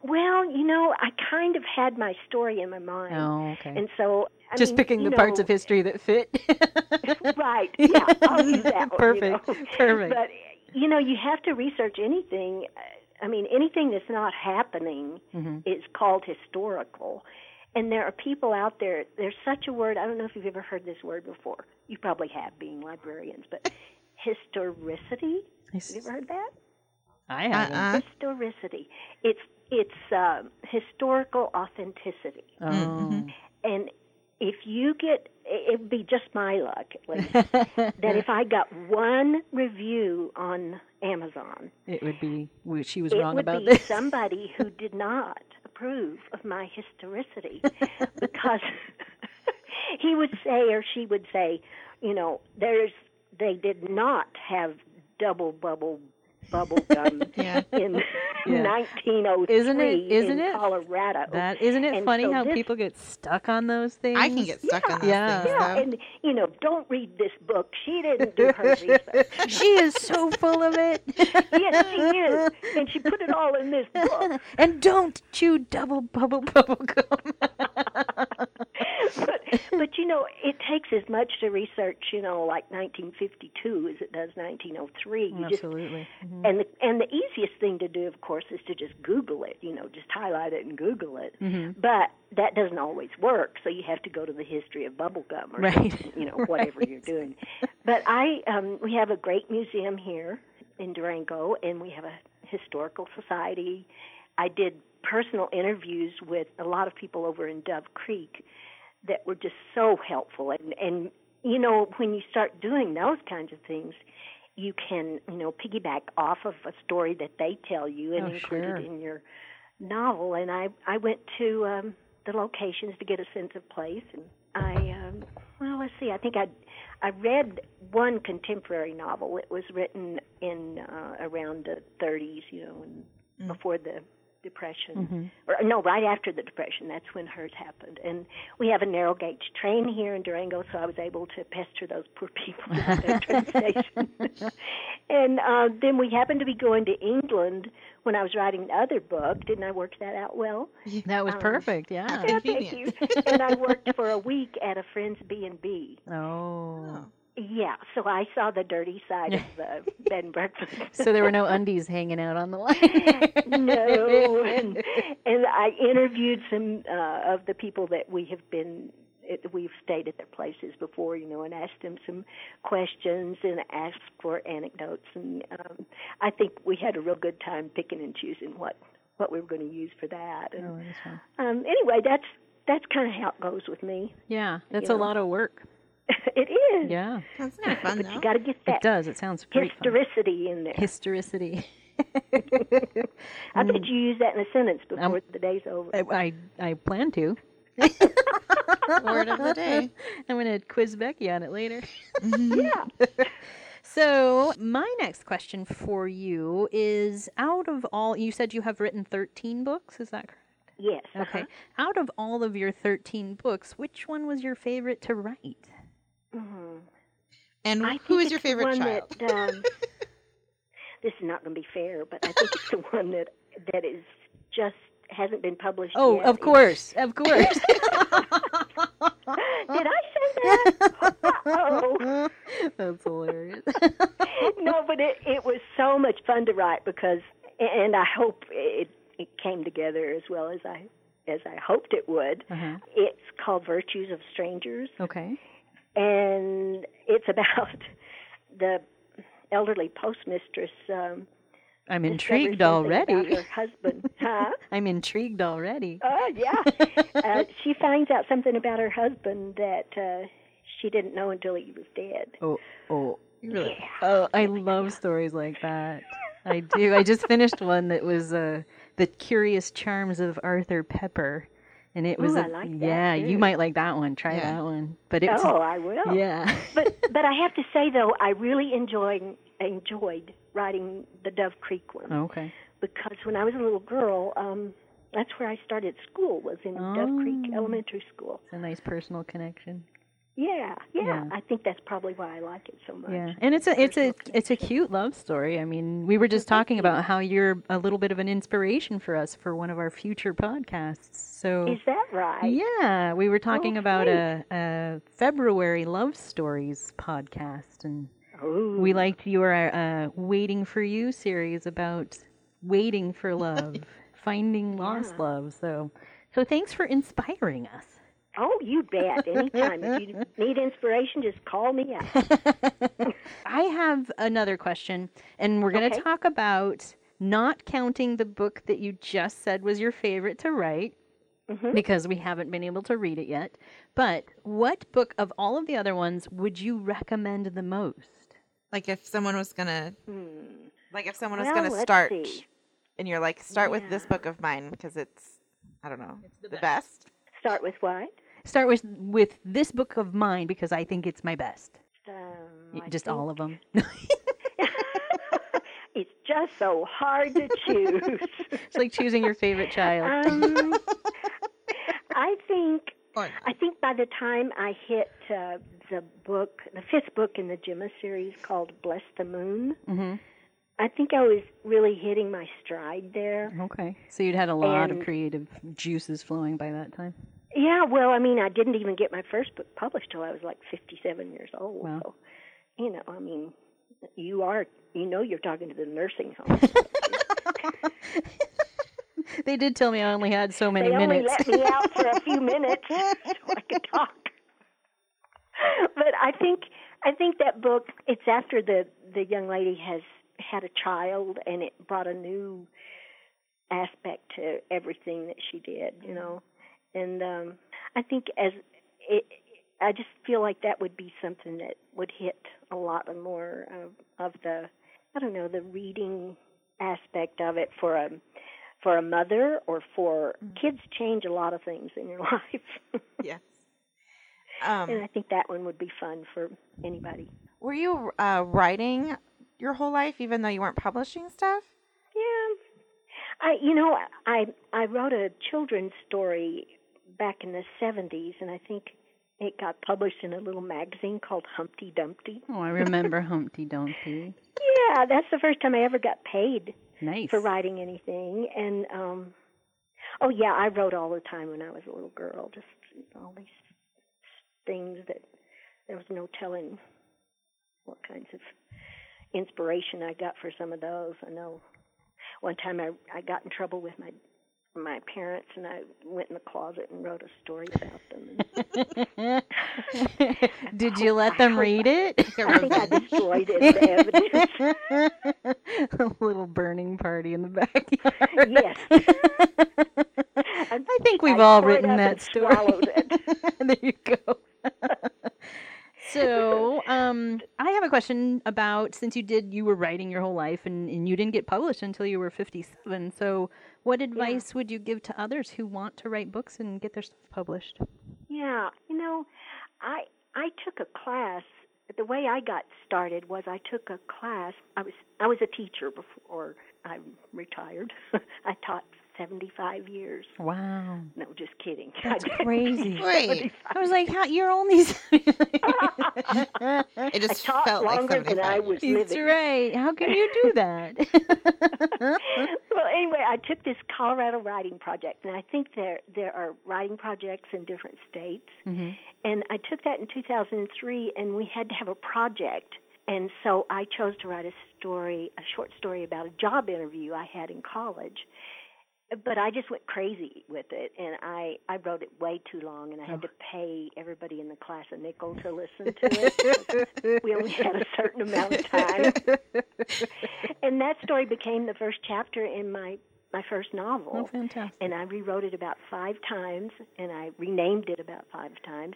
Speaker 5: well you know i kind of had my story in my mind
Speaker 3: Oh, okay.
Speaker 5: and so I
Speaker 3: Just
Speaker 5: mean,
Speaker 3: picking
Speaker 5: you
Speaker 3: the parts
Speaker 5: know,
Speaker 3: of history that fit.
Speaker 5: right. Yeah, I'll use that one. you know.
Speaker 3: Perfect. Perfect.
Speaker 5: But you know, you have to research anything. uh, I mean, anything that's not happening is called historical. And there are people out there. There's such a word. I don't know if you've ever heard this word before. You probably have, being librarians. But historicity. Have you ever heard that?
Speaker 3: I haven't.
Speaker 5: Historicity. It's it's um, historical authenticity.
Speaker 3: Oh.
Speaker 5: And if you get, it would be just my luck, at least, that if I got one review on Amazon,
Speaker 3: It would be well, she was
Speaker 5: it
Speaker 3: wrong
Speaker 5: would
Speaker 3: about
Speaker 5: be
Speaker 3: this.
Speaker 5: somebody who did not approve of my historicity because he would say or she would say, you know, there's they did not have double bubble bubble gum
Speaker 2: Yeah.
Speaker 5: in 1903
Speaker 3: Isn't it- isn't
Speaker 5: in
Speaker 3: it-
Speaker 5: Colorado.
Speaker 3: That isn't it
Speaker 5: And
Speaker 3: funny
Speaker 5: so
Speaker 3: how
Speaker 5: this-
Speaker 3: people get stuck on those things?
Speaker 2: I can get stuck on those
Speaker 3: Yeah.
Speaker 2: things
Speaker 5: mm, Yeah,
Speaker 2: though.
Speaker 5: and you know, don't read this book. She didn't do her research.
Speaker 3: She is so full of it.
Speaker 5: yes, she is, and she put it all in this book.
Speaker 3: and don't chew double bubble bubble gum.
Speaker 5: But, but you know, it takes as much to research, you know, like 1952 as it does 1903. You just-
Speaker 3: Absolutely. Mm-hmm.
Speaker 5: and the and the easiest thing to do, of course, is to just Google it. You know, just highlight it and Google it.
Speaker 3: Mm-hmm.
Speaker 5: But that doesn't always work, so you have to go to the history of bubblegum or
Speaker 3: Right.
Speaker 5: something, you know whatever you're doing. But I um, we have a great museum here in Durango, and we have a historical society. I did personal interviews with a lot of people over in Dove Creek that were just so helpful and and you know when you start doing those kinds of things you can you know piggyback off of a story that they tell you and
Speaker 3: Oh,
Speaker 5: include
Speaker 3: sure.
Speaker 5: it in your novel and i i went to um the locations to get a sense of place and i um well let's see i think i i read one contemporary novel it was written in uh around the thirties you know and before the depression or no right after the depression that's when hers happened and we have a narrow gauge train here in durango so i was able to pester those poor people at their train station and uh, then we happened to be going to england when i was writing the other book didn't i work that out well
Speaker 3: That
Speaker 5: Um,
Speaker 3: was perfect. Yeah.
Speaker 5: yeah thank you and i worked for a week at a friend's b and b
Speaker 3: Oh.
Speaker 5: yeah so i saw the dirty side of the bed and breakfast
Speaker 3: So there were no undies hanging out on the line.
Speaker 5: no and, and i interviewed some uh, of the people that we have been that we've stayed at their places before you know and asked them some questions and asked for anecdotes and um, i think we had a real good time picking and choosing what what we were going to use for that and um, anyway that's that's kind of how it goes with me
Speaker 3: yeah, that's
Speaker 5: You
Speaker 3: a
Speaker 5: know.
Speaker 3: lot of work.
Speaker 5: it is
Speaker 3: Yeah,
Speaker 2: That's kind of fun
Speaker 5: but
Speaker 2: though.
Speaker 5: you got to get
Speaker 3: it
Speaker 5: that
Speaker 3: does. It sounds pretty fun.
Speaker 5: historicity in there
Speaker 3: Historicity.
Speaker 5: i bet you use that in a sentence before the day's over
Speaker 3: I, I I plan to.
Speaker 2: Word of the day.
Speaker 3: I'm gonna quiz Becky on it later. Mm-hmm.
Speaker 5: yeah
Speaker 3: So, my next question for you is out of all, you said you have written 13 books, is that correct?
Speaker 5: yes
Speaker 3: Okay. Out of all of your 13 books, which one was your favorite to write?
Speaker 2: And
Speaker 5: I
Speaker 2: who
Speaker 5: think
Speaker 2: is your
Speaker 5: it's the
Speaker 2: favorite
Speaker 5: one
Speaker 2: child?
Speaker 5: That, um, this is not going to be fair, but I think it's the one that that is just hasn't been published.
Speaker 3: Oh,
Speaker 5: yet.
Speaker 3: of course. Of course.
Speaker 5: Did I say that? oh
Speaker 3: That's hilarious.
Speaker 5: no, but it it was so much fun to write because, and I hope it it came together as well as I as I hoped it would.
Speaker 2: Uh-huh.
Speaker 5: It's called Virtues of Strangers.
Speaker 3: okay.
Speaker 5: and it's about the elderly postmistress. Um,
Speaker 3: I'm
Speaker 5: discovers
Speaker 3: intrigued
Speaker 5: something about
Speaker 3: already.
Speaker 5: Her husband, huh?
Speaker 3: I'm intrigued already.
Speaker 5: Oh yeah. uh, she finds out something about her husband that uh, she didn't know until he was dead.
Speaker 3: Oh, oh. Oh, I love stories like that. I do. I just finished one that was uh, the Curious Charms of Arthur Pepper, and it was
Speaker 5: Ooh,
Speaker 3: a-
Speaker 5: I like that,
Speaker 3: yeah you
Speaker 5: too.
Speaker 3: might like that one try
Speaker 2: Yeah.
Speaker 3: that one but it was
Speaker 5: Oh, I will.
Speaker 3: yeah
Speaker 5: but but I have to say though, I really enjoyed enjoyed writing the Dove Creek one
Speaker 3: okay
Speaker 5: because when I was a little girl, um, that's where I started school was in Dove Creek
Speaker 3: Oh.
Speaker 5: Elementary School.
Speaker 3: it's a nice personal connection
Speaker 5: Yeah, yeah,
Speaker 3: Yeah.
Speaker 5: I think that's probably why I like it so much.
Speaker 3: Yeah, and it's a it's a
Speaker 5: Personal
Speaker 3: it's a
Speaker 5: connection. Oh,
Speaker 3: cute love story. I mean, we were just talking about how you're a little bit of an inspiration for us for one of our future podcasts. So
Speaker 5: Is that right?
Speaker 3: yeah, we were talking about
Speaker 5: great.
Speaker 3: a, a February love stories podcast, and
Speaker 5: Ooh.
Speaker 3: we liked your uh, "Waiting for You" series about waiting for love, finding lost love. So, so thanks for inspiring us.
Speaker 5: Oh, you bet. Anytime. if you need inspiration, just call me up.
Speaker 3: I have another question, and we're going to
Speaker 5: Okay.
Speaker 3: talk about not counting the book that you just said was your favorite to write
Speaker 5: Mm-hmm.
Speaker 3: because we haven't been able to read it yet. But what book of all of the other ones would you recommend the most?
Speaker 2: Like if someone was gonna, like if someone was
Speaker 5: Hmm. Well,
Speaker 2: gonna
Speaker 5: let's
Speaker 2: start,
Speaker 5: see.
Speaker 2: and you're like, start with this book of mine because it's, I don't know, the, best.
Speaker 5: Start with what?
Speaker 3: Start with with this book of mine because I think it's my best.
Speaker 5: Um, I
Speaker 3: just
Speaker 5: think-
Speaker 3: all of them.
Speaker 5: it's just so hard to choose.
Speaker 3: it's like choosing your favorite child.
Speaker 5: um, I think
Speaker 2: Or-
Speaker 5: I think by the time I hit uh, the book, the fifth book in the Gemma series called Bless the Moon,
Speaker 3: Mhm.
Speaker 5: I think I was really hitting my stride there.
Speaker 3: Okay, so you'd had a lot of
Speaker 5: and-
Speaker 3: creative juices flowing by that time.
Speaker 5: Yeah, well, I mean, I didn't even get my first book published till I was like 57 years old.
Speaker 3: Wow.
Speaker 5: So, you know, I mean, you are, you know, you're talking to the nursing home.
Speaker 3: They did tell me I only had so many
Speaker 5: they only
Speaker 3: minutes.
Speaker 5: let me out for a few minutes so I could talk. But I think I think that book it's after the the young lady has had a child and it brought a new aspect to everything that she did, you know. And um I think as it I just feel like that would be something that would hit a lot more of, of the I don't know, the reading aspect of it for a for a mother or for kids change a lot of things in your life.
Speaker 2: Yes. Um,
Speaker 5: and I think that one would be fun for anybody.
Speaker 2: Were you uh, writing your whole life, even though you weren't publishing stuff?
Speaker 5: Yeah. I you know, I I wrote a children's story back in the 70s and I think it got published in a little magazine called Humpty Dumpty.
Speaker 3: Oh, I remember Humpty Dumpty.
Speaker 5: Yeah, that's the first time I ever got paid
Speaker 3: Nice.
Speaker 5: for writing anything and um oh yeah i wrote all the time when i was a little girl just all these things that there was no telling what kinds of inspiration i got for some of those i know one time i i got in trouble with my my parents and i went in the closet and wrote a story about them and
Speaker 3: Did you let them read it?
Speaker 5: i think i destroyed it the evidence
Speaker 3: A little burning party in the backyard.
Speaker 5: yes
Speaker 3: I think we've all
Speaker 5: tore it
Speaker 3: written
Speaker 5: up
Speaker 3: that
Speaker 5: and
Speaker 3: story.
Speaker 5: swallowed it.
Speaker 3: there you go. so, um, I have a question about since you did, you were writing your whole life and, and you didn't get published until you were 57. So, what advice would you give to others who want to write books and get their stuff published?
Speaker 5: Yeah, you know, I I took a class. The way I got started was I took a class. I was I was a teacher before I retired. I taught 75 years.
Speaker 3: Wow.
Speaker 5: No, just kidding.
Speaker 3: That's crazy.
Speaker 2: Wait,
Speaker 3: I was like, how, you're only.
Speaker 2: it
Speaker 5: I
Speaker 2: just
Speaker 5: taught
Speaker 2: felt like
Speaker 5: longer
Speaker 2: somebody.
Speaker 5: than I was
Speaker 3: That's
Speaker 5: living.
Speaker 3: right. How can you do that?
Speaker 5: well, anyway, I took this Colorado writing project, and I think there there are writing projects in different states.
Speaker 2: Mm-hmm.
Speaker 5: And I took that in 2003, and we had to have a project, and so I chose to write a story, a short story about a job interview I had in college. But I just went crazy with it, and I I wrote it way too long, and I had to pay everybody in the class a nickel to listen to it. we only had a certain amount of time. and that story became the first chapter in my my first novel.
Speaker 3: oh,
Speaker 1: uh,
Speaker 3: fantastic.
Speaker 5: And I rewrote it about five times, and I renamed it about five times.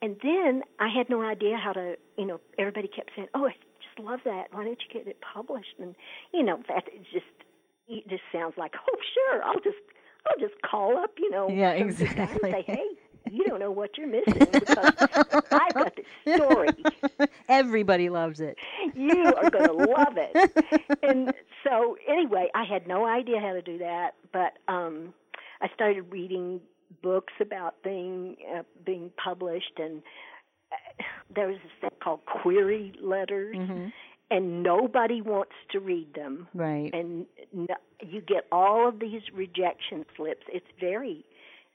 Speaker 5: And then I had no idea how to, you know, everybody kept saying, "Oh, I just love that. Why don't you get it published?" And you know, that it just it just sounds like, "Oh, sure, I'll just I'll just call up, you know,
Speaker 1: Yeah,
Speaker 5: some of the guys
Speaker 1: exactly.
Speaker 5: and say, hey, you don't know what you're missing because I've got this story.
Speaker 1: Everybody loves it.
Speaker 5: You are going to love it. And so, anyway, I had no idea how to do that, but um, I started reading books about being uh, being published, and uh, there was this thing called query letters, and nobody wants to read them
Speaker 1: Right.
Speaker 5: and n- you get all of these rejection slips. It's very,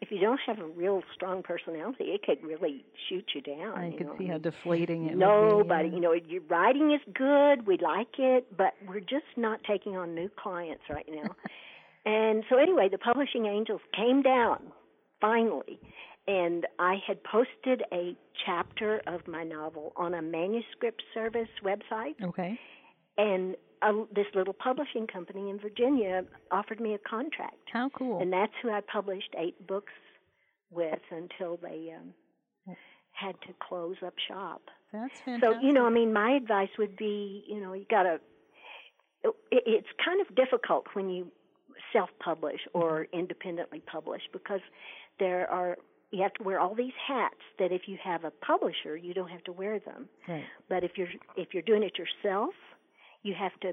Speaker 5: if you don't have a real strong personality, it could really shoot you down.
Speaker 1: I
Speaker 5: you
Speaker 1: could
Speaker 5: know?
Speaker 1: see
Speaker 5: I
Speaker 1: how
Speaker 5: mean,
Speaker 1: deflating it would be.
Speaker 5: Nobody,
Speaker 1: yeah.
Speaker 5: you know, your writing is good. We like it, but we're just not taking on new clients right now. and so, anyway, the publishing angels came down finally, and I had posted a chapter of my novel on a manuscript service website.
Speaker 1: Okay.
Speaker 5: And uh, this little publishing company in Virginia offered me a contract.
Speaker 1: How cool.
Speaker 5: And that's who I published eight books with until they um,
Speaker 1: Oh.
Speaker 5: had to close up shop.
Speaker 1: That's
Speaker 5: So,
Speaker 1: fantastic.
Speaker 5: you know, I mean, my advice would be you know, you got to, it, it's kind of difficult when you self publish
Speaker 1: Mm-hmm.
Speaker 5: or independently publish because there are, you have to wear all these hats that if you have a publisher, you don't have to wear them.
Speaker 1: Right.
Speaker 5: But if you're if you're doing it yourself, you have to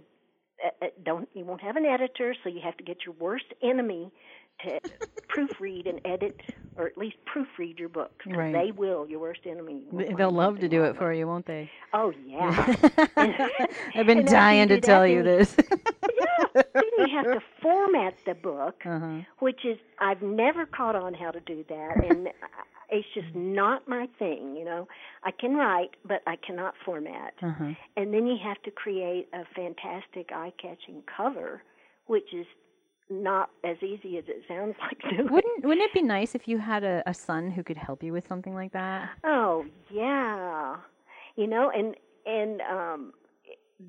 Speaker 5: uh, uh, don't you won't have an editor, so you have to get your worst enemy to proofread and edit, or at least proofread your book. 'cause
Speaker 1: Right.
Speaker 5: They will. Your worst enemy. will
Speaker 1: They-
Speaker 5: find
Speaker 1: They'll love to
Speaker 5: something
Speaker 1: do
Speaker 5: wrong
Speaker 1: it for you, won't they?
Speaker 5: with- Oh yeah.
Speaker 1: I've
Speaker 5: And
Speaker 1: been
Speaker 5: after
Speaker 1: dying
Speaker 5: you
Speaker 1: to
Speaker 5: do that,
Speaker 1: tell you
Speaker 5: then-
Speaker 1: this.
Speaker 5: yeah. Then you have to format the book,
Speaker 1: uh-huh.
Speaker 5: which is I've never caught on how to do that, and I- it's just not my thing. You know, I can write, but I cannot format.
Speaker 1: Uh-huh.
Speaker 5: And then you have to create a fantastic eye catching cover, which is not as easy as it sounds like doing.
Speaker 1: Wouldn't wouldn't it be nice if you had a, a son who could help you with something like that?
Speaker 5: Oh yeah. You know, and and um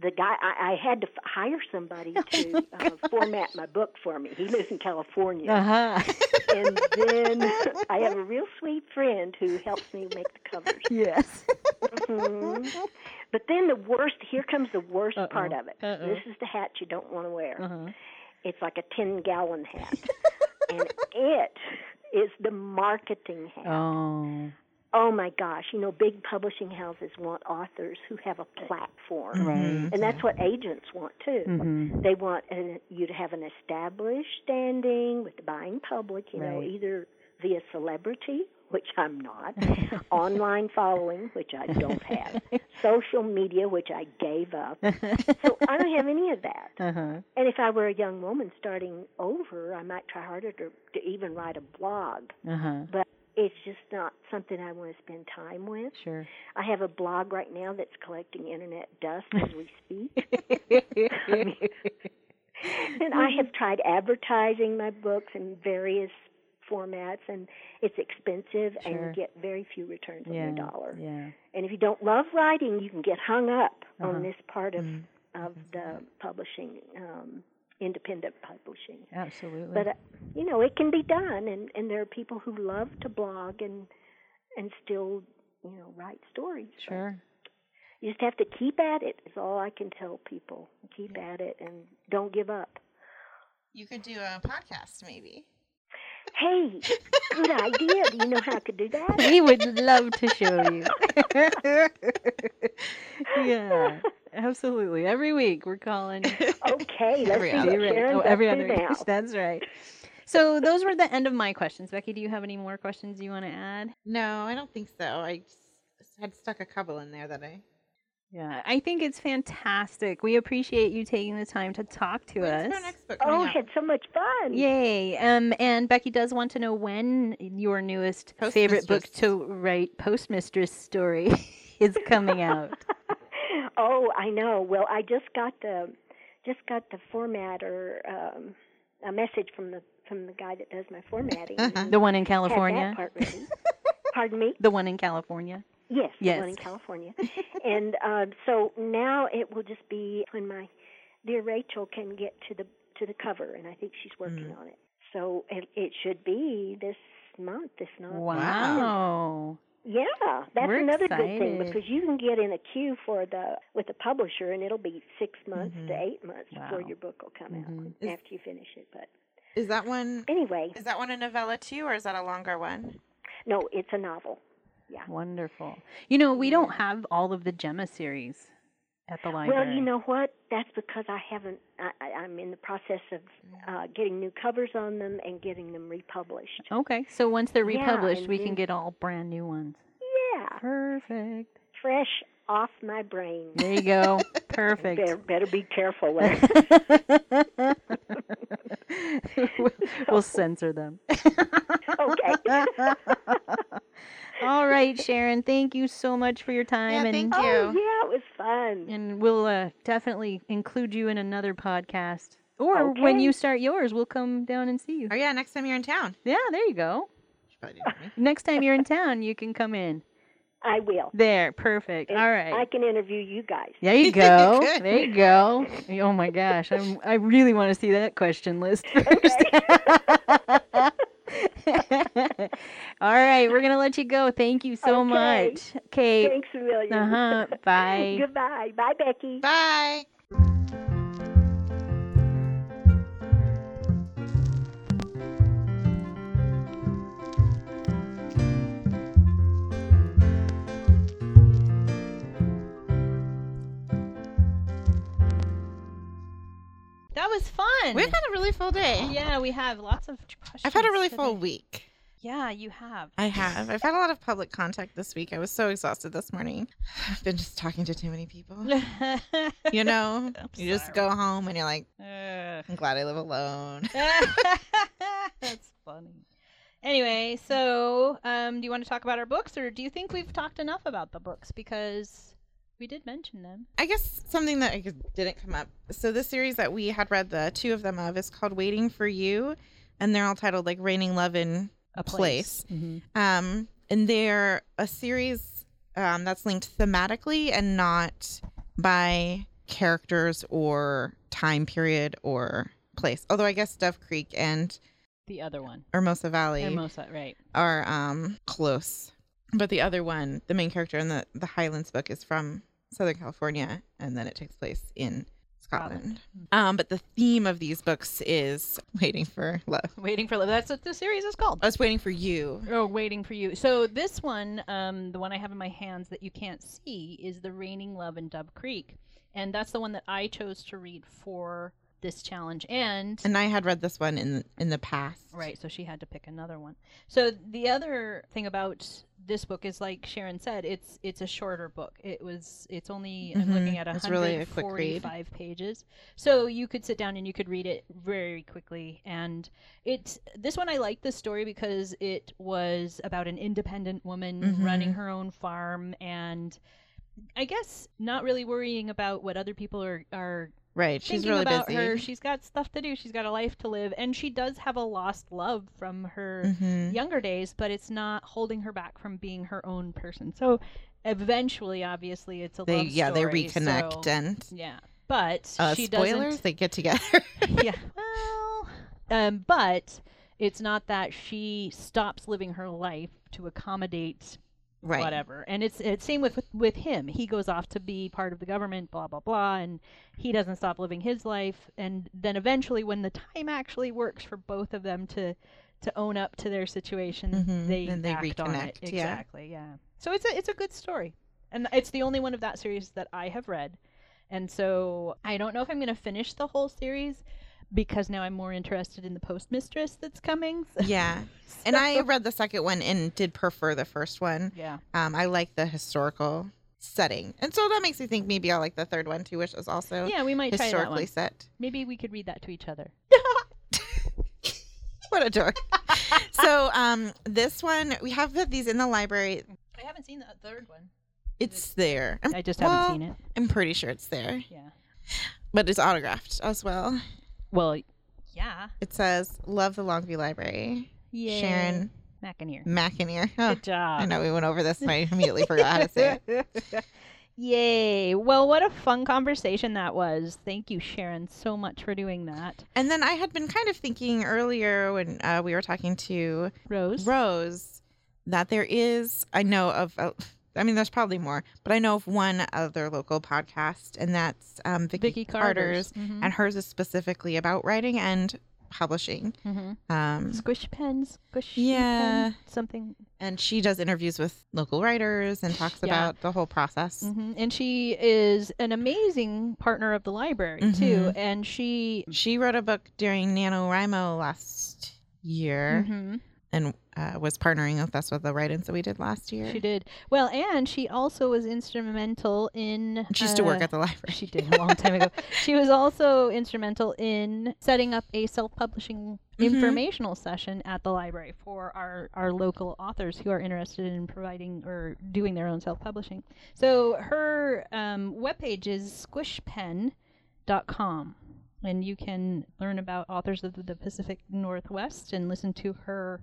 Speaker 5: the guy I, I had to f- hire somebody
Speaker 1: Oh
Speaker 5: to uh, format my book for me. He lives in California.
Speaker 1: Uh-huh.
Speaker 5: And then I have a real sweet friend who helps me make the covers.
Speaker 1: yes.
Speaker 5: Mhm. But then the worst, here comes the worst
Speaker 1: Uh-oh.
Speaker 5: part of it.
Speaker 1: Uh-oh.
Speaker 5: This is the hat you don't want to wear.
Speaker 1: Uh-huh.
Speaker 5: It's like a 10 gallon hat. and it is the marketing hat.
Speaker 1: Oh.
Speaker 5: Oh my gosh, you know, big publishing houses want authors who have a platform.
Speaker 1: Right.
Speaker 5: And that's what agents want too.
Speaker 1: Mhm.
Speaker 5: They want an, you to have an established standing with the buying public, you know,
Speaker 1: Right.
Speaker 5: either via celebrity, which I'm not, online following, which I don't have, social media, which I gave up. So I don't have any of that.
Speaker 1: Uh-huh.
Speaker 5: And if I were a young woman starting over, I might try harder to, to even write a blog.
Speaker 1: Uh-huh.
Speaker 5: But it's just not something I want to spend time with.
Speaker 1: Sure.
Speaker 5: I have a blog right now that's collecting internet dust as we speak. and I have tried advertising my books in various formats, and it's expensive, and
Speaker 1: Sure.
Speaker 5: you get very few returns on
Speaker 1: yeah.
Speaker 5: your dollar.
Speaker 1: Yeah.
Speaker 5: And if you don't love writing, you can get hung up
Speaker 1: Uh-huh.
Speaker 5: on this part of
Speaker 1: Mm-hmm.
Speaker 5: of the publishing, um, independent publishing.
Speaker 1: Absolutely.
Speaker 5: But uh, you know, it can be done, and and there are people who love to blog and and still you know write stories. So
Speaker 1: sure.
Speaker 5: You just have to keep at it. Is all I can tell people. Keep at it and don't give up.
Speaker 2: You could do a podcast, maybe.
Speaker 5: Hey, good idea. Do you know how I could do that?
Speaker 1: we would love to show you. yeah, absolutely. Every week we're calling
Speaker 5: Okay, let's
Speaker 2: Every
Speaker 5: do
Speaker 2: other.
Speaker 5: it. Sharon,
Speaker 1: oh, every
Speaker 5: let's
Speaker 1: other
Speaker 5: do now.
Speaker 1: week. That's right. So those were the end of my questions. Becky, do you have any more questions you want to add?
Speaker 2: No, I don't think so. I just had stuck a couple in there that I.
Speaker 1: Yeah, I think it's fantastic. We appreciate you taking the time to talk to
Speaker 2: When's
Speaker 1: us.
Speaker 2: our next book
Speaker 5: Oh,
Speaker 2: coming
Speaker 5: I
Speaker 2: out?
Speaker 5: had so much fun.
Speaker 1: Yay. Um, and Becky does want to know when your newest favorite book
Speaker 2: Postmistress.
Speaker 1: to write, Postmistress Story, is coming out.
Speaker 5: Oh, I know. Well, I just got the just got the formatter um, a message from the from the guy that does my formatting. and
Speaker 1: the one in
Speaker 5: had that
Speaker 1: California.
Speaker 5: part ready. Pardon me.
Speaker 1: The one in California.
Speaker 5: Yes, the
Speaker 1: Yes.
Speaker 5: one in California. and um, so now it will just be when my dear Rachel can get to the to the cover, and I think she's working
Speaker 1: Mm.
Speaker 5: on it. So it, it should be this month, if not.
Speaker 1: Wow.
Speaker 5: Yeah, that's
Speaker 1: We're
Speaker 5: another good
Speaker 1: excited.
Speaker 5: thing because you can get in a queue for the with the publisher, and it'll be six months to eight months before
Speaker 1: Mm-hmm. Wow. Mm-hmm.
Speaker 5: your book will come out after you finish it. But
Speaker 2: Is that one
Speaker 5: Anyway,
Speaker 2: is that one a novella too, or is that a longer one?
Speaker 5: no, it's a novel.
Speaker 6: Wonderful. You know, we don't have all of the Gemma series at the library.
Speaker 5: Well, you know what? That's because I haven't. I, I- I'm in the process of
Speaker 1: Mm.
Speaker 5: uh, getting new covers on them and getting them republished.
Speaker 1: Oh.
Speaker 6: Okay, so once they're
Speaker 5: Yeah,
Speaker 6: republished,
Speaker 5: and
Speaker 6: we can
Speaker 5: then-
Speaker 6: get all brand new ones.
Speaker 5: Yeah,
Speaker 6: Perfect.
Speaker 5: fresh off my brain.
Speaker 6: There you go. Perfect.
Speaker 5: Better, better be careful. With it.
Speaker 6: we'll, we'll censor them.
Speaker 5: okay.
Speaker 6: All right, Sharon. Thank you so much for your time,
Speaker 2: yeah,
Speaker 6: and
Speaker 2: thank
Speaker 5: Oh
Speaker 2: you.
Speaker 5: yeah, it was fun.
Speaker 6: and we'll uh, definitely include you in another podcast. Or when
Speaker 5: Okay.
Speaker 6: you start yours, we'll come down and see you.
Speaker 2: Oh yeah, next time you're in town.
Speaker 6: Yeah, there you go.
Speaker 2: She probably didn't hear me.
Speaker 6: Next time you're in town, you can come in.
Speaker 5: I will.
Speaker 6: There, perfect. All right.
Speaker 5: I can interview you guys.
Speaker 6: There you go.
Speaker 2: Good.
Speaker 6: there you go. Oh my gosh, I'm, I really want to see that question list first. All right, we're gonna let you go. Thank you so
Speaker 5: Okay.
Speaker 6: much, Kate.
Speaker 5: Thanks a million.
Speaker 6: Uh
Speaker 1: Uh-huh.
Speaker 6: huh. Bye.
Speaker 5: Goodbye. Bye, Becky.
Speaker 2: Bye.
Speaker 3: That was fun.
Speaker 2: We've had a really full day.
Speaker 3: yeah, we have lots of questions.
Speaker 2: I've had a really
Speaker 3: today.
Speaker 2: full week.
Speaker 3: Yeah, you have.
Speaker 2: I have. I've had a lot of public contact this week. I was so exhausted this morning. I've been just talking to too many people. You know,
Speaker 3: I'm
Speaker 2: you just go home and you're like,
Speaker 3: Ugh.
Speaker 2: I'm glad I live alone.
Speaker 3: That's funny. Anyway, so um, do you want to talk about our books, or do you think we've talked enough about the books because we did mention them?
Speaker 2: I guess something that I guess didn't come up. So this series that we had read the two of them of is called Waiting for You, and they're all titled like Raining Love in a Place.
Speaker 3: Mm-hmm.
Speaker 2: Um, and they're a series um, that's linked thematically and not by characters or time period or place. Although I guess Dove Creek and
Speaker 3: The other one,
Speaker 2: Hermosa Valley
Speaker 3: Hermosa, right?
Speaker 2: are um, close. But the other one, the main character in the, the Highlands book, is from Southern California, and then it takes place in Scotland. Um, but the theme of these books is waiting for love.
Speaker 3: Waiting for love. That's what the series is called.
Speaker 2: I was waiting for you.
Speaker 3: Oh, waiting for you. So this one, um, the one I have in my hands that you can't see, is the Raining Love in Dub Creek, and that's the one that I chose to read for this challenge. And
Speaker 2: And I had read this one in in the past.
Speaker 3: Right, so she had to pick another one. So the other thing about this book is like Sharon said, it's it's a shorter book. It was it's only I'm looking at
Speaker 2: Mm-hmm. It's really a quick read.
Speaker 3: 145 pages. So you could sit down and you could read it very quickly and it's this one I liked the story because it was about an independent woman
Speaker 2: Mhm.
Speaker 3: running her own farm and I guess not really worrying about what other people are are
Speaker 2: Right. She's
Speaker 3: thinking
Speaker 2: really
Speaker 3: about
Speaker 2: busy.
Speaker 3: her. She's got stuff to do. She's got a life to live, and she does have a lost love from her
Speaker 2: Mhm.
Speaker 3: younger days, but it's not holding her back from being her own person. So, eventually, obviously, it's a
Speaker 2: They
Speaker 3: love
Speaker 2: yeah, they
Speaker 3: story,
Speaker 2: reconnect
Speaker 3: so-
Speaker 2: and
Speaker 3: yeah, but
Speaker 2: uh,
Speaker 3: she
Speaker 2: spoilers,
Speaker 3: doesn't.
Speaker 2: they get together.
Speaker 3: yeah, well, um, but it's not that she stops living her life to accommodate
Speaker 2: right.
Speaker 3: whatever. And it's it's same with with him. He goes off to be part of the government, blah blah blah, and he doesn't stop living his life. And then eventually, when the time actually works for both of them to to own up to their situation,
Speaker 2: Mhm,
Speaker 3: they
Speaker 2: then they
Speaker 3: act on it.
Speaker 2: reconnect, yeah.
Speaker 3: Exactly. Yeah. So it's a it's a good story, and it's the only one of that series that I have read. And so I don't know if I'm going to finish the whole series because now I'm more interested in the post mistress that's coming.
Speaker 2: Yeah. And I read the second one and did prefer the first one.
Speaker 3: yeah.
Speaker 2: Um, I like the historical setting. And so that makes me think maybe I'll like the third one too, which is also
Speaker 3: Yeah, we might try that
Speaker 2: historically
Speaker 3: one.
Speaker 2: set.
Speaker 3: Maybe we could read that to each other.
Speaker 2: What a dork. so um this one we have these in the library.
Speaker 3: I haven't seen the third one.
Speaker 2: It's there. I'm,
Speaker 3: I just
Speaker 2: Well-
Speaker 3: haven't seen it.
Speaker 2: I'm pretty sure it's there.
Speaker 3: Yeah.
Speaker 2: But it's autographed as well.
Speaker 3: Well, yeah.
Speaker 2: It says Love the Longview Library.
Speaker 3: Yay.
Speaker 2: Sharon
Speaker 3: McInerney.
Speaker 2: McIneer. Oh,
Speaker 3: Good job.
Speaker 2: I know we went over this and I immediately forgot how to say it.
Speaker 3: Yay. Well, what a fun conversation that was. Thank you, Sharon, so much for doing that.
Speaker 2: And then I had been kind of thinking earlier when uh, we were talking to
Speaker 3: Rose.
Speaker 2: Rose that there is, I know of, uh, I mean, there's probably more, but I know of one other local podcast, and that's um, Vicky,
Speaker 3: Vicky Carter's.
Speaker 2: Mm-hmm. Carter's. And hers is specifically about writing and Publishing.
Speaker 3: Mm-hmm.
Speaker 2: Um,
Speaker 3: Squish pens, squish
Speaker 2: yeah,
Speaker 3: something.
Speaker 2: and she does interviews with local writers and talks
Speaker 3: Yeah.
Speaker 2: about the whole process.
Speaker 3: hmm And she is an amazing partner of the library
Speaker 2: Mm-hmm.
Speaker 3: too. And she.
Speaker 2: She wrote a book during NaNoWriMo last year
Speaker 3: Mhm.
Speaker 2: and uh, was partnering with us with the write-ins that we did last year.
Speaker 3: She did well, and she also was instrumental in.
Speaker 2: She used to work
Speaker 3: uh,
Speaker 2: at the library.
Speaker 3: She did a long time ago. She was also instrumental in setting up a self-publishing
Speaker 2: Mhm.
Speaker 3: informational session at the library for our our local authors who are interested in providing or doing their own self-publishing. So her um, webpage is squishpen.com. And you can learn about authors of the Pacific Northwest and listen to her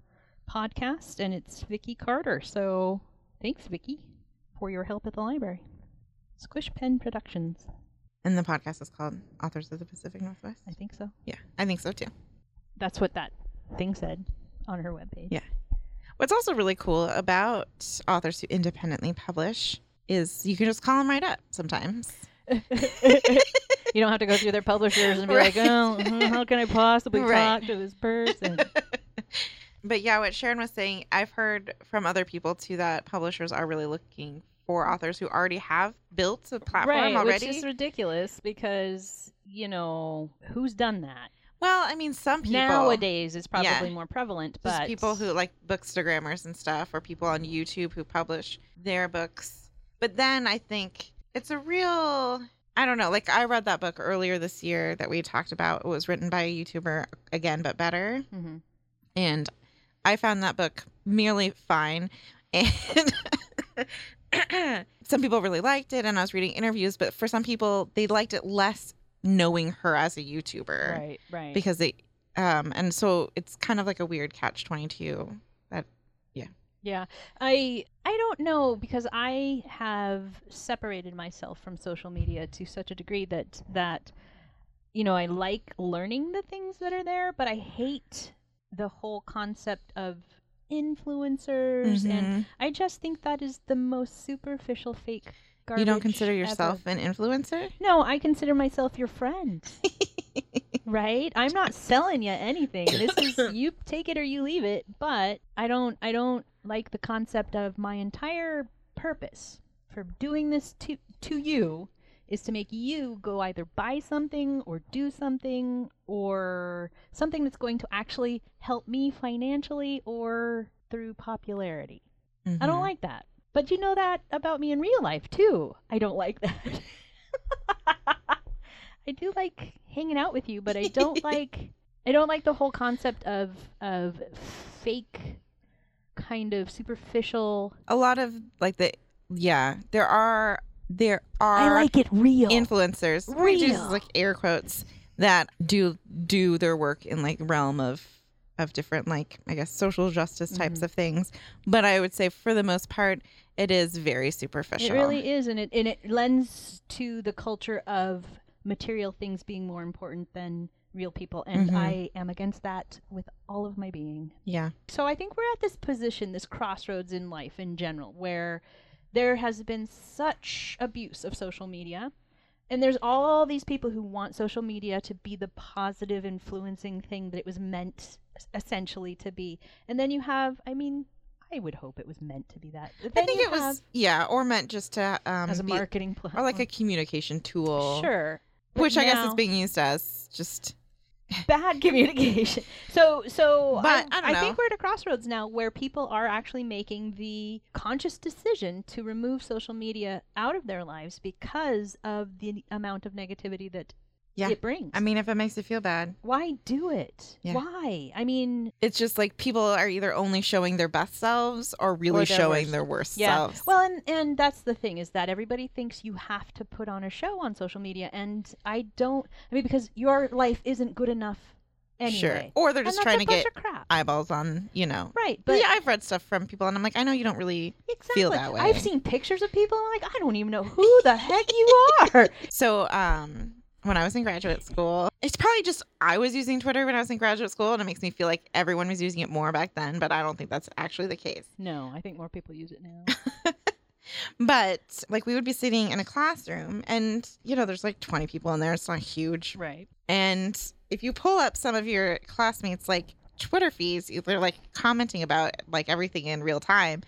Speaker 3: podcast. And it's Vicki Carter. So thanks, Vicki, for your help at the library. Squish Pen Productions.
Speaker 2: And the podcast is called Authors of the Pacific Northwest.
Speaker 3: I think so.
Speaker 2: Yeah, I think so too.
Speaker 3: That's what that thing said on her webpage.
Speaker 2: Yeah. What's also really cool about authors who independently publish is you can just call them right up sometimes.
Speaker 3: You don't have to go through their publishers and be like,
Speaker 2: Right.
Speaker 3: oh, mm, how can I possibly
Speaker 2: Right.
Speaker 3: talk to this person?
Speaker 2: But yeah, what Sharon was saying, I've heard from other people too that publishers are really looking for authors who already have built a platform
Speaker 3: right,
Speaker 2: already.
Speaker 3: which is ridiculous because, you know, who's done that?
Speaker 2: well, I mean, some people
Speaker 3: Nowadays, it's
Speaker 2: Yeah.
Speaker 3: probably more prevalent,
Speaker 2: just
Speaker 3: but
Speaker 2: people who like bookstagrammers and stuff, or people on YouTube who publish their books. But then I think it's a real. I don't know. Like I read that book earlier this year that we talked about. It was written by a YouTuber again, but better.
Speaker 3: Mhm.
Speaker 2: And I found that book merely fine. And some people really liked it, and I was reading interviews. But for some people, they liked it less knowing her as a YouTuber
Speaker 3: Right, right.
Speaker 2: because they um and so it's kind of like a weird catch 22
Speaker 3: Yeah. I I don't know because I have separated myself from social media to such a degree that that you know, I like learning the things that are there, but I hate the whole concept of influencers
Speaker 2: Mm-hmm.
Speaker 3: and I just think that is the most superficial fake
Speaker 2: you
Speaker 3: garbage.
Speaker 2: don't consider yourself
Speaker 3: ever.
Speaker 2: an influencer
Speaker 3: No, I consider myself your friend. right? I'm not selling you anything. This is you take it or you leave it, but I don't I don't like the concept of my entire purpose for doing this to to you is to make you go either buy something or do something or something that's going to actually help me financially or through popularity. I don't like that. But you know that about me in real life too. I don't like that. I do like hanging out with you, but I don't like I don't like the whole concept of of fake kind of superficial
Speaker 2: a lot of like the yeah there are there are
Speaker 3: I like it real.
Speaker 2: influencers we do
Speaker 3: Real.
Speaker 2: like air quotes that do do their work in like realm of of different like i guess social justice types
Speaker 3: Mm-hmm.
Speaker 2: of things but i would say for the most part it is very superficial
Speaker 3: It really is, and it and it lends to the culture of material things being more important than real people, and
Speaker 2: Mhm.
Speaker 3: I am against that with all of my being.
Speaker 2: yeah
Speaker 3: So I think we're at this position, this crossroads in life in general, where there has been such abuse of social media. And there's all these people who want social media to be the positive influencing thing that it was meant es- essentially to be. And then you have, I mean, I would hope it was meant to be that. But
Speaker 2: i
Speaker 3: then
Speaker 2: think
Speaker 3: you
Speaker 2: it was
Speaker 3: have-
Speaker 2: yeah or meant just to um
Speaker 3: as a
Speaker 2: be-
Speaker 3: marketing plan.
Speaker 2: or like a communication tool
Speaker 3: sure. But
Speaker 2: which I guess is
Speaker 3: now-
Speaker 2: being used as just
Speaker 3: bad communication. So, so
Speaker 2: But, I don't know.
Speaker 3: think we're at a crossroads now where people are actually making the conscious decision to remove social media out of their lives because of the amount of negativity that
Speaker 2: yeah.
Speaker 3: it brings.
Speaker 2: I mean, if it makes you feel bad,
Speaker 3: why do it?
Speaker 2: Yeah.
Speaker 3: Why? I mean,
Speaker 2: it's just like people are either only showing their best selves or really
Speaker 3: Or their
Speaker 2: showing
Speaker 3: worst.
Speaker 2: their worst
Speaker 3: yeah.
Speaker 2: selves.
Speaker 3: Well, and and that's the thing is that everybody thinks you have to put on a show on social media, and I don't. I mean, because your life isn't good enough anyway.
Speaker 2: sure. Or they're
Speaker 3: And
Speaker 2: just
Speaker 3: that's
Speaker 2: trying
Speaker 3: a
Speaker 2: to
Speaker 3: bunch
Speaker 2: get
Speaker 3: of crap.
Speaker 2: eyeballs on, you know.
Speaker 3: Right, but
Speaker 2: yeah, I've read stuff from people, and I'm like, I know you don't really
Speaker 3: Exactly.
Speaker 2: feel that way.
Speaker 3: I've seen pictures of people. I'm like, I don't even know who the heck you are.
Speaker 2: So, um, when I was in graduate school, it's probably just I was using Twitter when I was in graduate school, and it makes me feel like everyone was using it more back then. But I don't think that's actually the case.
Speaker 3: No, I think more people use it now.
Speaker 2: But like we would be sitting in a classroom and you know there's like 20 people in there. It's not huge.
Speaker 7: Right.
Speaker 2: And if you pull up some of your classmates like Twitter feeds, they're like commenting about like everything in real time.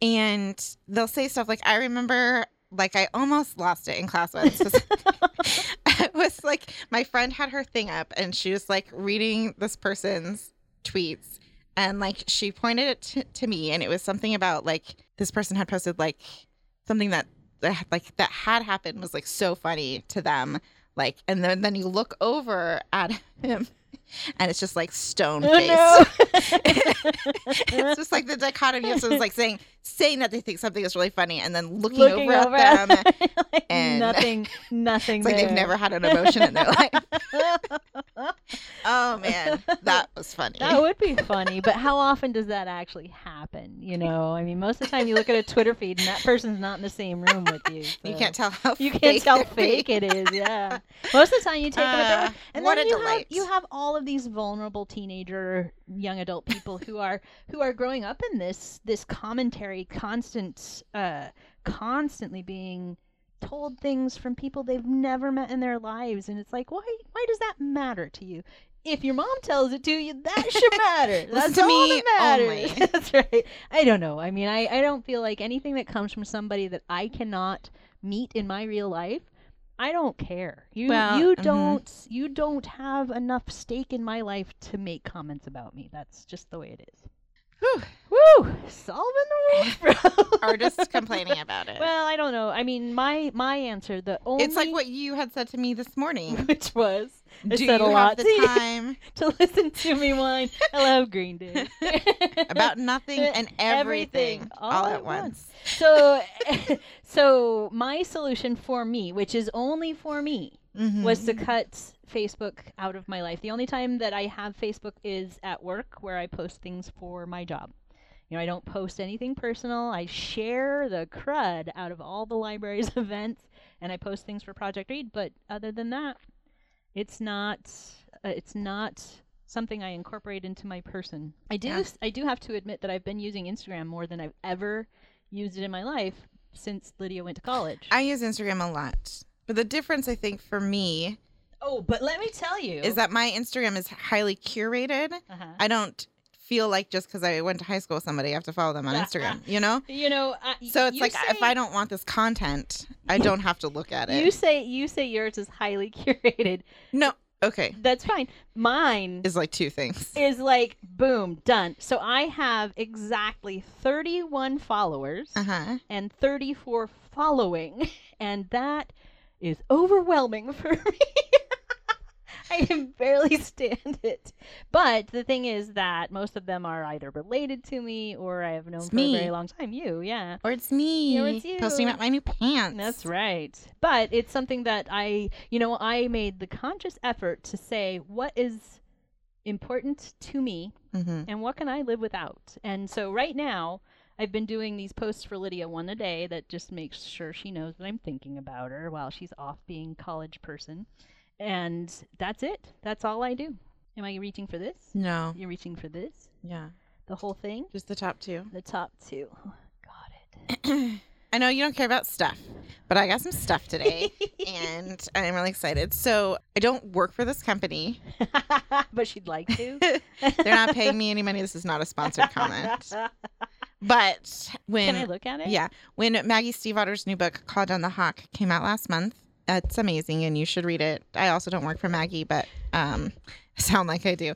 Speaker 2: And they'll say stuff like I remember like I almost lost it in class once. it was like my friend had her thing up and she was like reading this person's tweets and like she pointed it t- to me and it was something about like this person had posted like something that that, like that had happened was like so funny to them like and then then you look over at him and it's just like stone face it's just like the dichotomy of someone's like saying saying that they think something is really funny and then looking,
Speaker 3: Looking
Speaker 2: over,
Speaker 3: over
Speaker 2: at
Speaker 3: at
Speaker 2: them
Speaker 3: Like,
Speaker 2: And-
Speaker 3: nothing, nothing.
Speaker 2: it's like they've
Speaker 3: there.
Speaker 2: never had an emotion in their life oh man that was funny
Speaker 3: That would be funny, but how often does that actually happen? You know, I mean, most of the time you look at a Twitter feed and that person's not in the same room with you.
Speaker 2: you
Speaker 3: so
Speaker 2: can't tell how
Speaker 3: You
Speaker 2: fake
Speaker 3: can't tell
Speaker 2: they're being.
Speaker 3: fake it is. Yeah, most of the time you take them at their
Speaker 2: Uh,
Speaker 3: word. and
Speaker 2: what
Speaker 3: then
Speaker 2: a
Speaker 3: you have
Speaker 2: delight.
Speaker 3: you have all of these vulnerable teenager, young adult people who are who are growing up in this this commentary, constant, uh, constantly being told things from people they've never met in their lives, and it's like, why why does that matter to you? If your mom tells it to you, that should matter. That's
Speaker 2: to
Speaker 3: all
Speaker 2: me
Speaker 3: that
Speaker 2: only.
Speaker 3: matters. That's right. I don't know. I mean, I, I don't feel like anything that comes from somebody that I cannot meet in my real life I don't care. You
Speaker 8: Well,
Speaker 3: you
Speaker 2: mhm.
Speaker 3: don't you don't have enough stake in my life to make comments about me. That's just the way it is.
Speaker 2: Whew.
Speaker 3: Woo! Solving the world.
Speaker 2: Or just complaining about it
Speaker 3: well, I don't know. I mean, my my answer the only
Speaker 2: it's like what you had said to me this morning
Speaker 3: which was I
Speaker 2: do
Speaker 3: said
Speaker 2: you
Speaker 3: a
Speaker 2: have
Speaker 3: lot to
Speaker 2: the
Speaker 3: you.
Speaker 2: time
Speaker 3: to listen to me whine. I love Green Day.
Speaker 2: about nothing and everything,
Speaker 3: Everything,
Speaker 2: all, at once.
Speaker 3: so so my solution for me, which is only for me,
Speaker 2: Mm-hmm.
Speaker 3: was to cut Facebook out of my life. The only time that I have Facebook is at work where I post things for my job. You know, I don't post anything personal. I share the crud out of all the library's events and I post things for Project Read, but other than that, it's not uh, it's not something I incorporate into my person. I do
Speaker 8: Yeah.
Speaker 3: I do have to admit that I've been using Instagram more than I've ever used it in my life since Lydia went to college.
Speaker 2: I use Instagram a lot. But the difference I think for me
Speaker 3: oh, but let me tell you.
Speaker 2: is that my Instagram is highly curated.
Speaker 3: uh-huh.
Speaker 2: I don't feel like just because I went to high school with somebody, I have to follow them on Instagram, you know?
Speaker 3: You know, I,
Speaker 2: So it's
Speaker 3: you
Speaker 2: like
Speaker 3: say,
Speaker 2: if I don't want this content, I don't have to look at it.
Speaker 3: you say you say yours is highly curated.
Speaker 2: no, okay.
Speaker 3: That's fine. Mine
Speaker 2: Is like two things.
Speaker 3: is like boom done. So I have exactly thirty-one followers
Speaker 2: Uh huh.
Speaker 3: and thirty-four following, and that is overwhelming for me. I can barely stand it. But the thing is that most of them are either related to me or I have known
Speaker 2: It's
Speaker 3: for
Speaker 2: me.
Speaker 3: a very long time. You, yeah.
Speaker 2: Or it's me
Speaker 3: Or it's you.
Speaker 2: posting about my new pants.
Speaker 3: That's right. But it's something that I, you know, I made the conscious effort to say what is important to me
Speaker 2: Mm-hmm.
Speaker 3: and what can I live without. And so right now, I've been doing these posts for Lydia one a day that just makes sure she knows that I'm thinking about her while she's off being college person. And that's it. That's all I do. Am I reaching for this?
Speaker 2: No.
Speaker 3: You're reaching for this?
Speaker 2: Yeah.
Speaker 3: The whole thing?
Speaker 2: Just the top two.
Speaker 3: The top two. Oh, Got it.
Speaker 2: I know you don't care about stuff, but I got some stuff today and I'm really excited. So I don't work for this company.
Speaker 3: but she'd like to.
Speaker 2: They're not paying me any money. This is not a sponsored comment. But when
Speaker 3: Can I look at it?
Speaker 2: yeah, when Maggie Stiefvater's new book Call Down the Hawk came out last month, it's amazing and you should read it. I also don't work for Maggie, but um I sound like I do.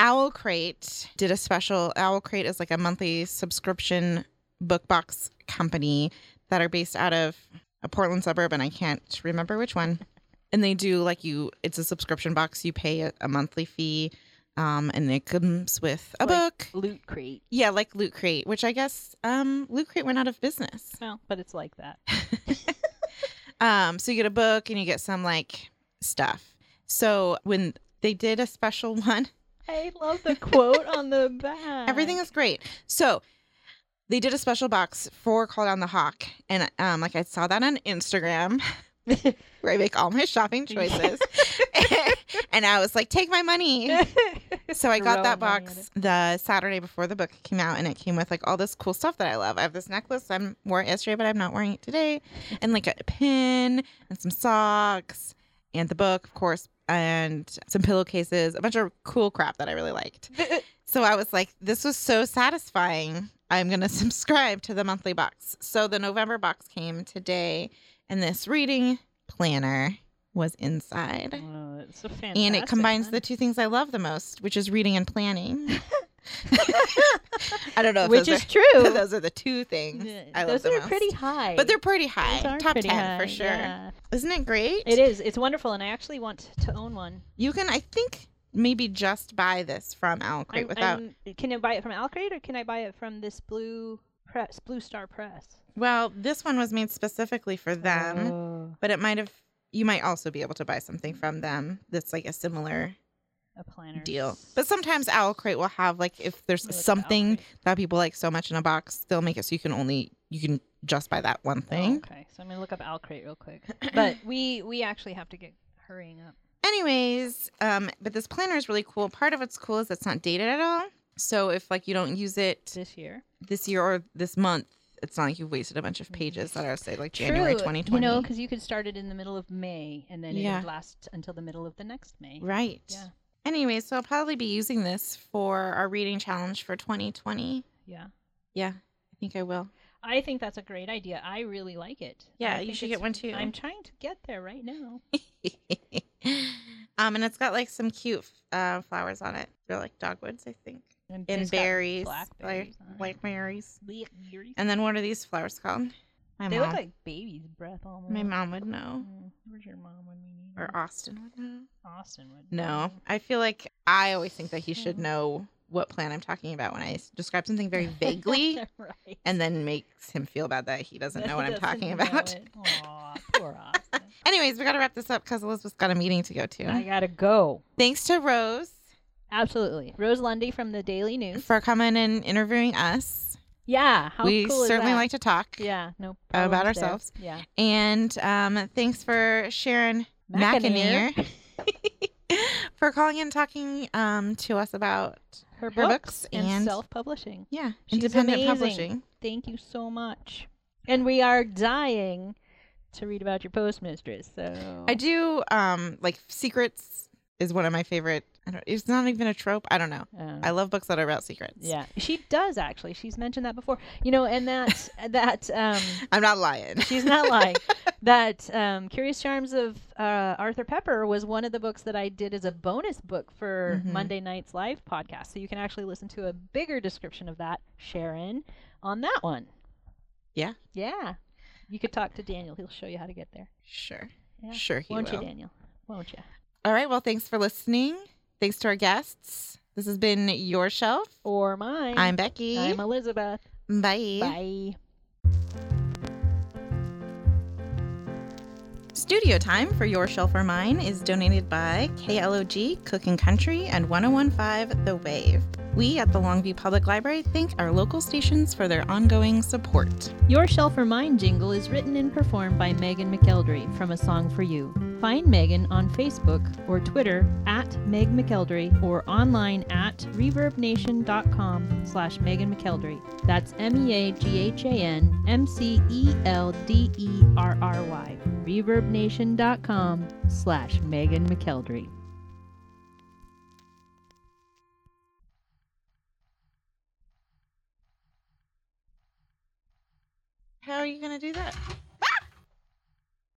Speaker 2: Owl Crate did a special. Owl Crate is like a monthly subscription book box company that are based out of a Portland suburb, and I can't remember which one. And they do like you, it's a subscription box. You pay a, a monthly fee, um, and it comes with a book.
Speaker 3: Like- Loot Crate.
Speaker 2: Yeah, like Loot Crate, which I guess um, Loot Crate went out of business.
Speaker 3: Well, but it's like that.
Speaker 2: Um, so you get a book and you get some like stuff. So when they did a special one,
Speaker 3: I love the quote on the back.
Speaker 2: Everything is great. So they did a special box for Call Down the Hawk. And um, like I saw that on Instagram where I make all my shopping choices. and I was like, take my money. So I got that
Speaker 3: Throwing money
Speaker 2: box the Saturday before the book came out, and it came with like all this cool stuff that I love. I have this necklace I'm wore it yesterday, but I'm not wearing it today, and like a pin and some socks and the book, of course, and some pillowcases, a bunch of cool crap that I really liked. so I was like, this was so satisfying. I'm gonna subscribe to the monthly box. So the November box came today, and this reading planner was inside.
Speaker 3: Oh, it's so fantastic.
Speaker 2: And it combines the two things I love the most, which is reading and planning. I don't know if
Speaker 3: Which
Speaker 2: those
Speaker 3: is
Speaker 2: are,
Speaker 3: true.
Speaker 2: Those are the two things
Speaker 3: Yeah,
Speaker 2: I love
Speaker 3: Those
Speaker 2: the
Speaker 3: are
Speaker 2: most.
Speaker 3: pretty high.
Speaker 2: but they're pretty high.
Speaker 3: Those are
Speaker 2: Top
Speaker 3: pretty
Speaker 2: 10
Speaker 3: high,
Speaker 2: for sure.
Speaker 3: yeah.
Speaker 2: Isn't it great?
Speaker 3: It is. It's wonderful, and I actually want to own one.
Speaker 2: You can, I think, maybe just buy this from Owl Crate
Speaker 3: I'm-
Speaker 2: without.
Speaker 3: I'm- can I buy it from Alcrate or can I buy it from this Blue Press, Blue Star Press?
Speaker 2: Well, this one was made specifically for them,
Speaker 3: Oh.
Speaker 2: but it might have. You might also be able to buy something from them that's like a similar
Speaker 3: a planner
Speaker 2: deal. But sometimes Owl Crate will have like if there's
Speaker 3: Look at
Speaker 2: something
Speaker 3: Owlcrate.
Speaker 2: that people like so much in a box, they'll make it so you can only you can just buy that
Speaker 3: Oh.
Speaker 2: one thing.
Speaker 3: okay, so I'm gonna look up Alcrate real quick. but we we actually have to get hurrying up.
Speaker 2: Anyways, um, but this planner is really cool. Part of what's cool is it's not dated at all. So if like you don't use it
Speaker 3: this year.
Speaker 2: this year or this month, it's not like you've wasted a bunch of pages that are say like January
Speaker 3: Mm-hmm. True,
Speaker 2: 2020.
Speaker 3: You know, because you could start it in the middle of May and then
Speaker 2: Yeah.
Speaker 3: it would last until the middle of the next May.
Speaker 2: right.
Speaker 3: Yeah.
Speaker 2: Anyway, so I'll probably be using this for our reading challenge for 2020.
Speaker 3: Yeah.
Speaker 2: Yeah, I think I will.
Speaker 3: I think that's a great idea. I really like it.
Speaker 2: Yeah,
Speaker 3: I
Speaker 2: you
Speaker 3: think
Speaker 2: should get
Speaker 3: it's-
Speaker 2: one too.
Speaker 3: I'm trying to get there right now.
Speaker 2: um, and it's got like some cute uh, flowers on it. They're like dogwoods, I think,
Speaker 3: And
Speaker 2: and
Speaker 3: it's got
Speaker 2: berries,
Speaker 3: blackberries on
Speaker 2: like
Speaker 3: it.
Speaker 2: blackberries.
Speaker 3: Blackberries.
Speaker 2: And then what are these flowers called? My
Speaker 3: they
Speaker 2: mom.
Speaker 3: look like baby's breath almost.
Speaker 2: My mom would know,
Speaker 3: Mm, Where's your mom when we need
Speaker 2: or
Speaker 3: her?
Speaker 2: Austin would know.
Speaker 3: Austin would.
Speaker 2: No,
Speaker 3: know.
Speaker 2: I feel like I always think that he should know what plan I'm talking about when I s- describe something very vaguely,
Speaker 3: right.
Speaker 2: and then makes him feel bad that he doesn't
Speaker 3: That
Speaker 2: know
Speaker 3: he
Speaker 2: what I'm
Speaker 3: doesn't
Speaker 2: talking
Speaker 3: know
Speaker 2: about.
Speaker 3: it. Aw, poor Austin.
Speaker 2: Anyways, we gotta wrap this up because Elizabeth's got a meeting to go to.
Speaker 3: I gotta go.
Speaker 2: Thanks to Rose
Speaker 3: Absolutely. Rose Lundy from the Daily News.
Speaker 2: for coming and interviewing us.
Speaker 3: Yeah. How
Speaker 2: we
Speaker 3: cool
Speaker 2: certainly
Speaker 3: is that?
Speaker 2: like to talk.
Speaker 3: Yeah, no
Speaker 2: About
Speaker 3: problems there.
Speaker 2: ourselves.
Speaker 3: Yeah.
Speaker 2: And um, thanks for Sharon
Speaker 3: McAnear.
Speaker 2: McAnear for calling and talking um, to us about
Speaker 3: Her,
Speaker 2: Her
Speaker 3: books,
Speaker 2: books
Speaker 3: and,
Speaker 2: and-
Speaker 3: self-publishing.
Speaker 2: yeah
Speaker 3: She's
Speaker 2: independent
Speaker 3: amazing.
Speaker 2: publishing.
Speaker 3: Thank you so much. And we are dying to read about your postmistress. So
Speaker 2: I do um like secrets is one of my favorite. I don't, it's not even a trope. I don't know.
Speaker 3: um,
Speaker 2: I love books that are about secrets.
Speaker 3: yeah, she does actually. She's mentioned that before. You know, and that that um
Speaker 2: I'm not lying.
Speaker 3: she's not lying. That um, Curious Charms of uh, Arthur Pepper was one of the books that I did as a bonus book for
Speaker 2: Mhm.
Speaker 3: Monday Night's Live podcast. So you can actually listen to a bigger description of that, Sharon, on that one.
Speaker 2: Yeah.
Speaker 3: Yeah. You could talk to Daniel. He'll show you how to get there.
Speaker 2: Sure.
Speaker 3: Yeah.
Speaker 2: Sure he
Speaker 3: Won't
Speaker 2: will.
Speaker 3: you, Daniel? Won't you?
Speaker 2: All right, well thanks for listening. Thanks to our guests. This has been Your Shelf.
Speaker 3: Or mine.
Speaker 2: I'm Becky.
Speaker 3: I'm Elizabeth.
Speaker 2: Bye.
Speaker 3: Bye.
Speaker 2: Studio time for Your Shelf or Mine is donated by KLOG, Cooking Country, and 1015 The Wave. We at the Longview Public Library thank our local stations for their ongoing support.
Speaker 9: Your Shelf or Mine jingle is written and performed by Megan McElderry from A Song for You. Find Megan on Facebook or Twitter at Meg McElderry or online at reverbnation.com slash Megan McElderry. That's E E M-E-A-G-H-A-N-M-C-E-L-D-E-R-R-Y. Reverbnation.com slash Megan McElderry.
Speaker 2: How are you going to do that?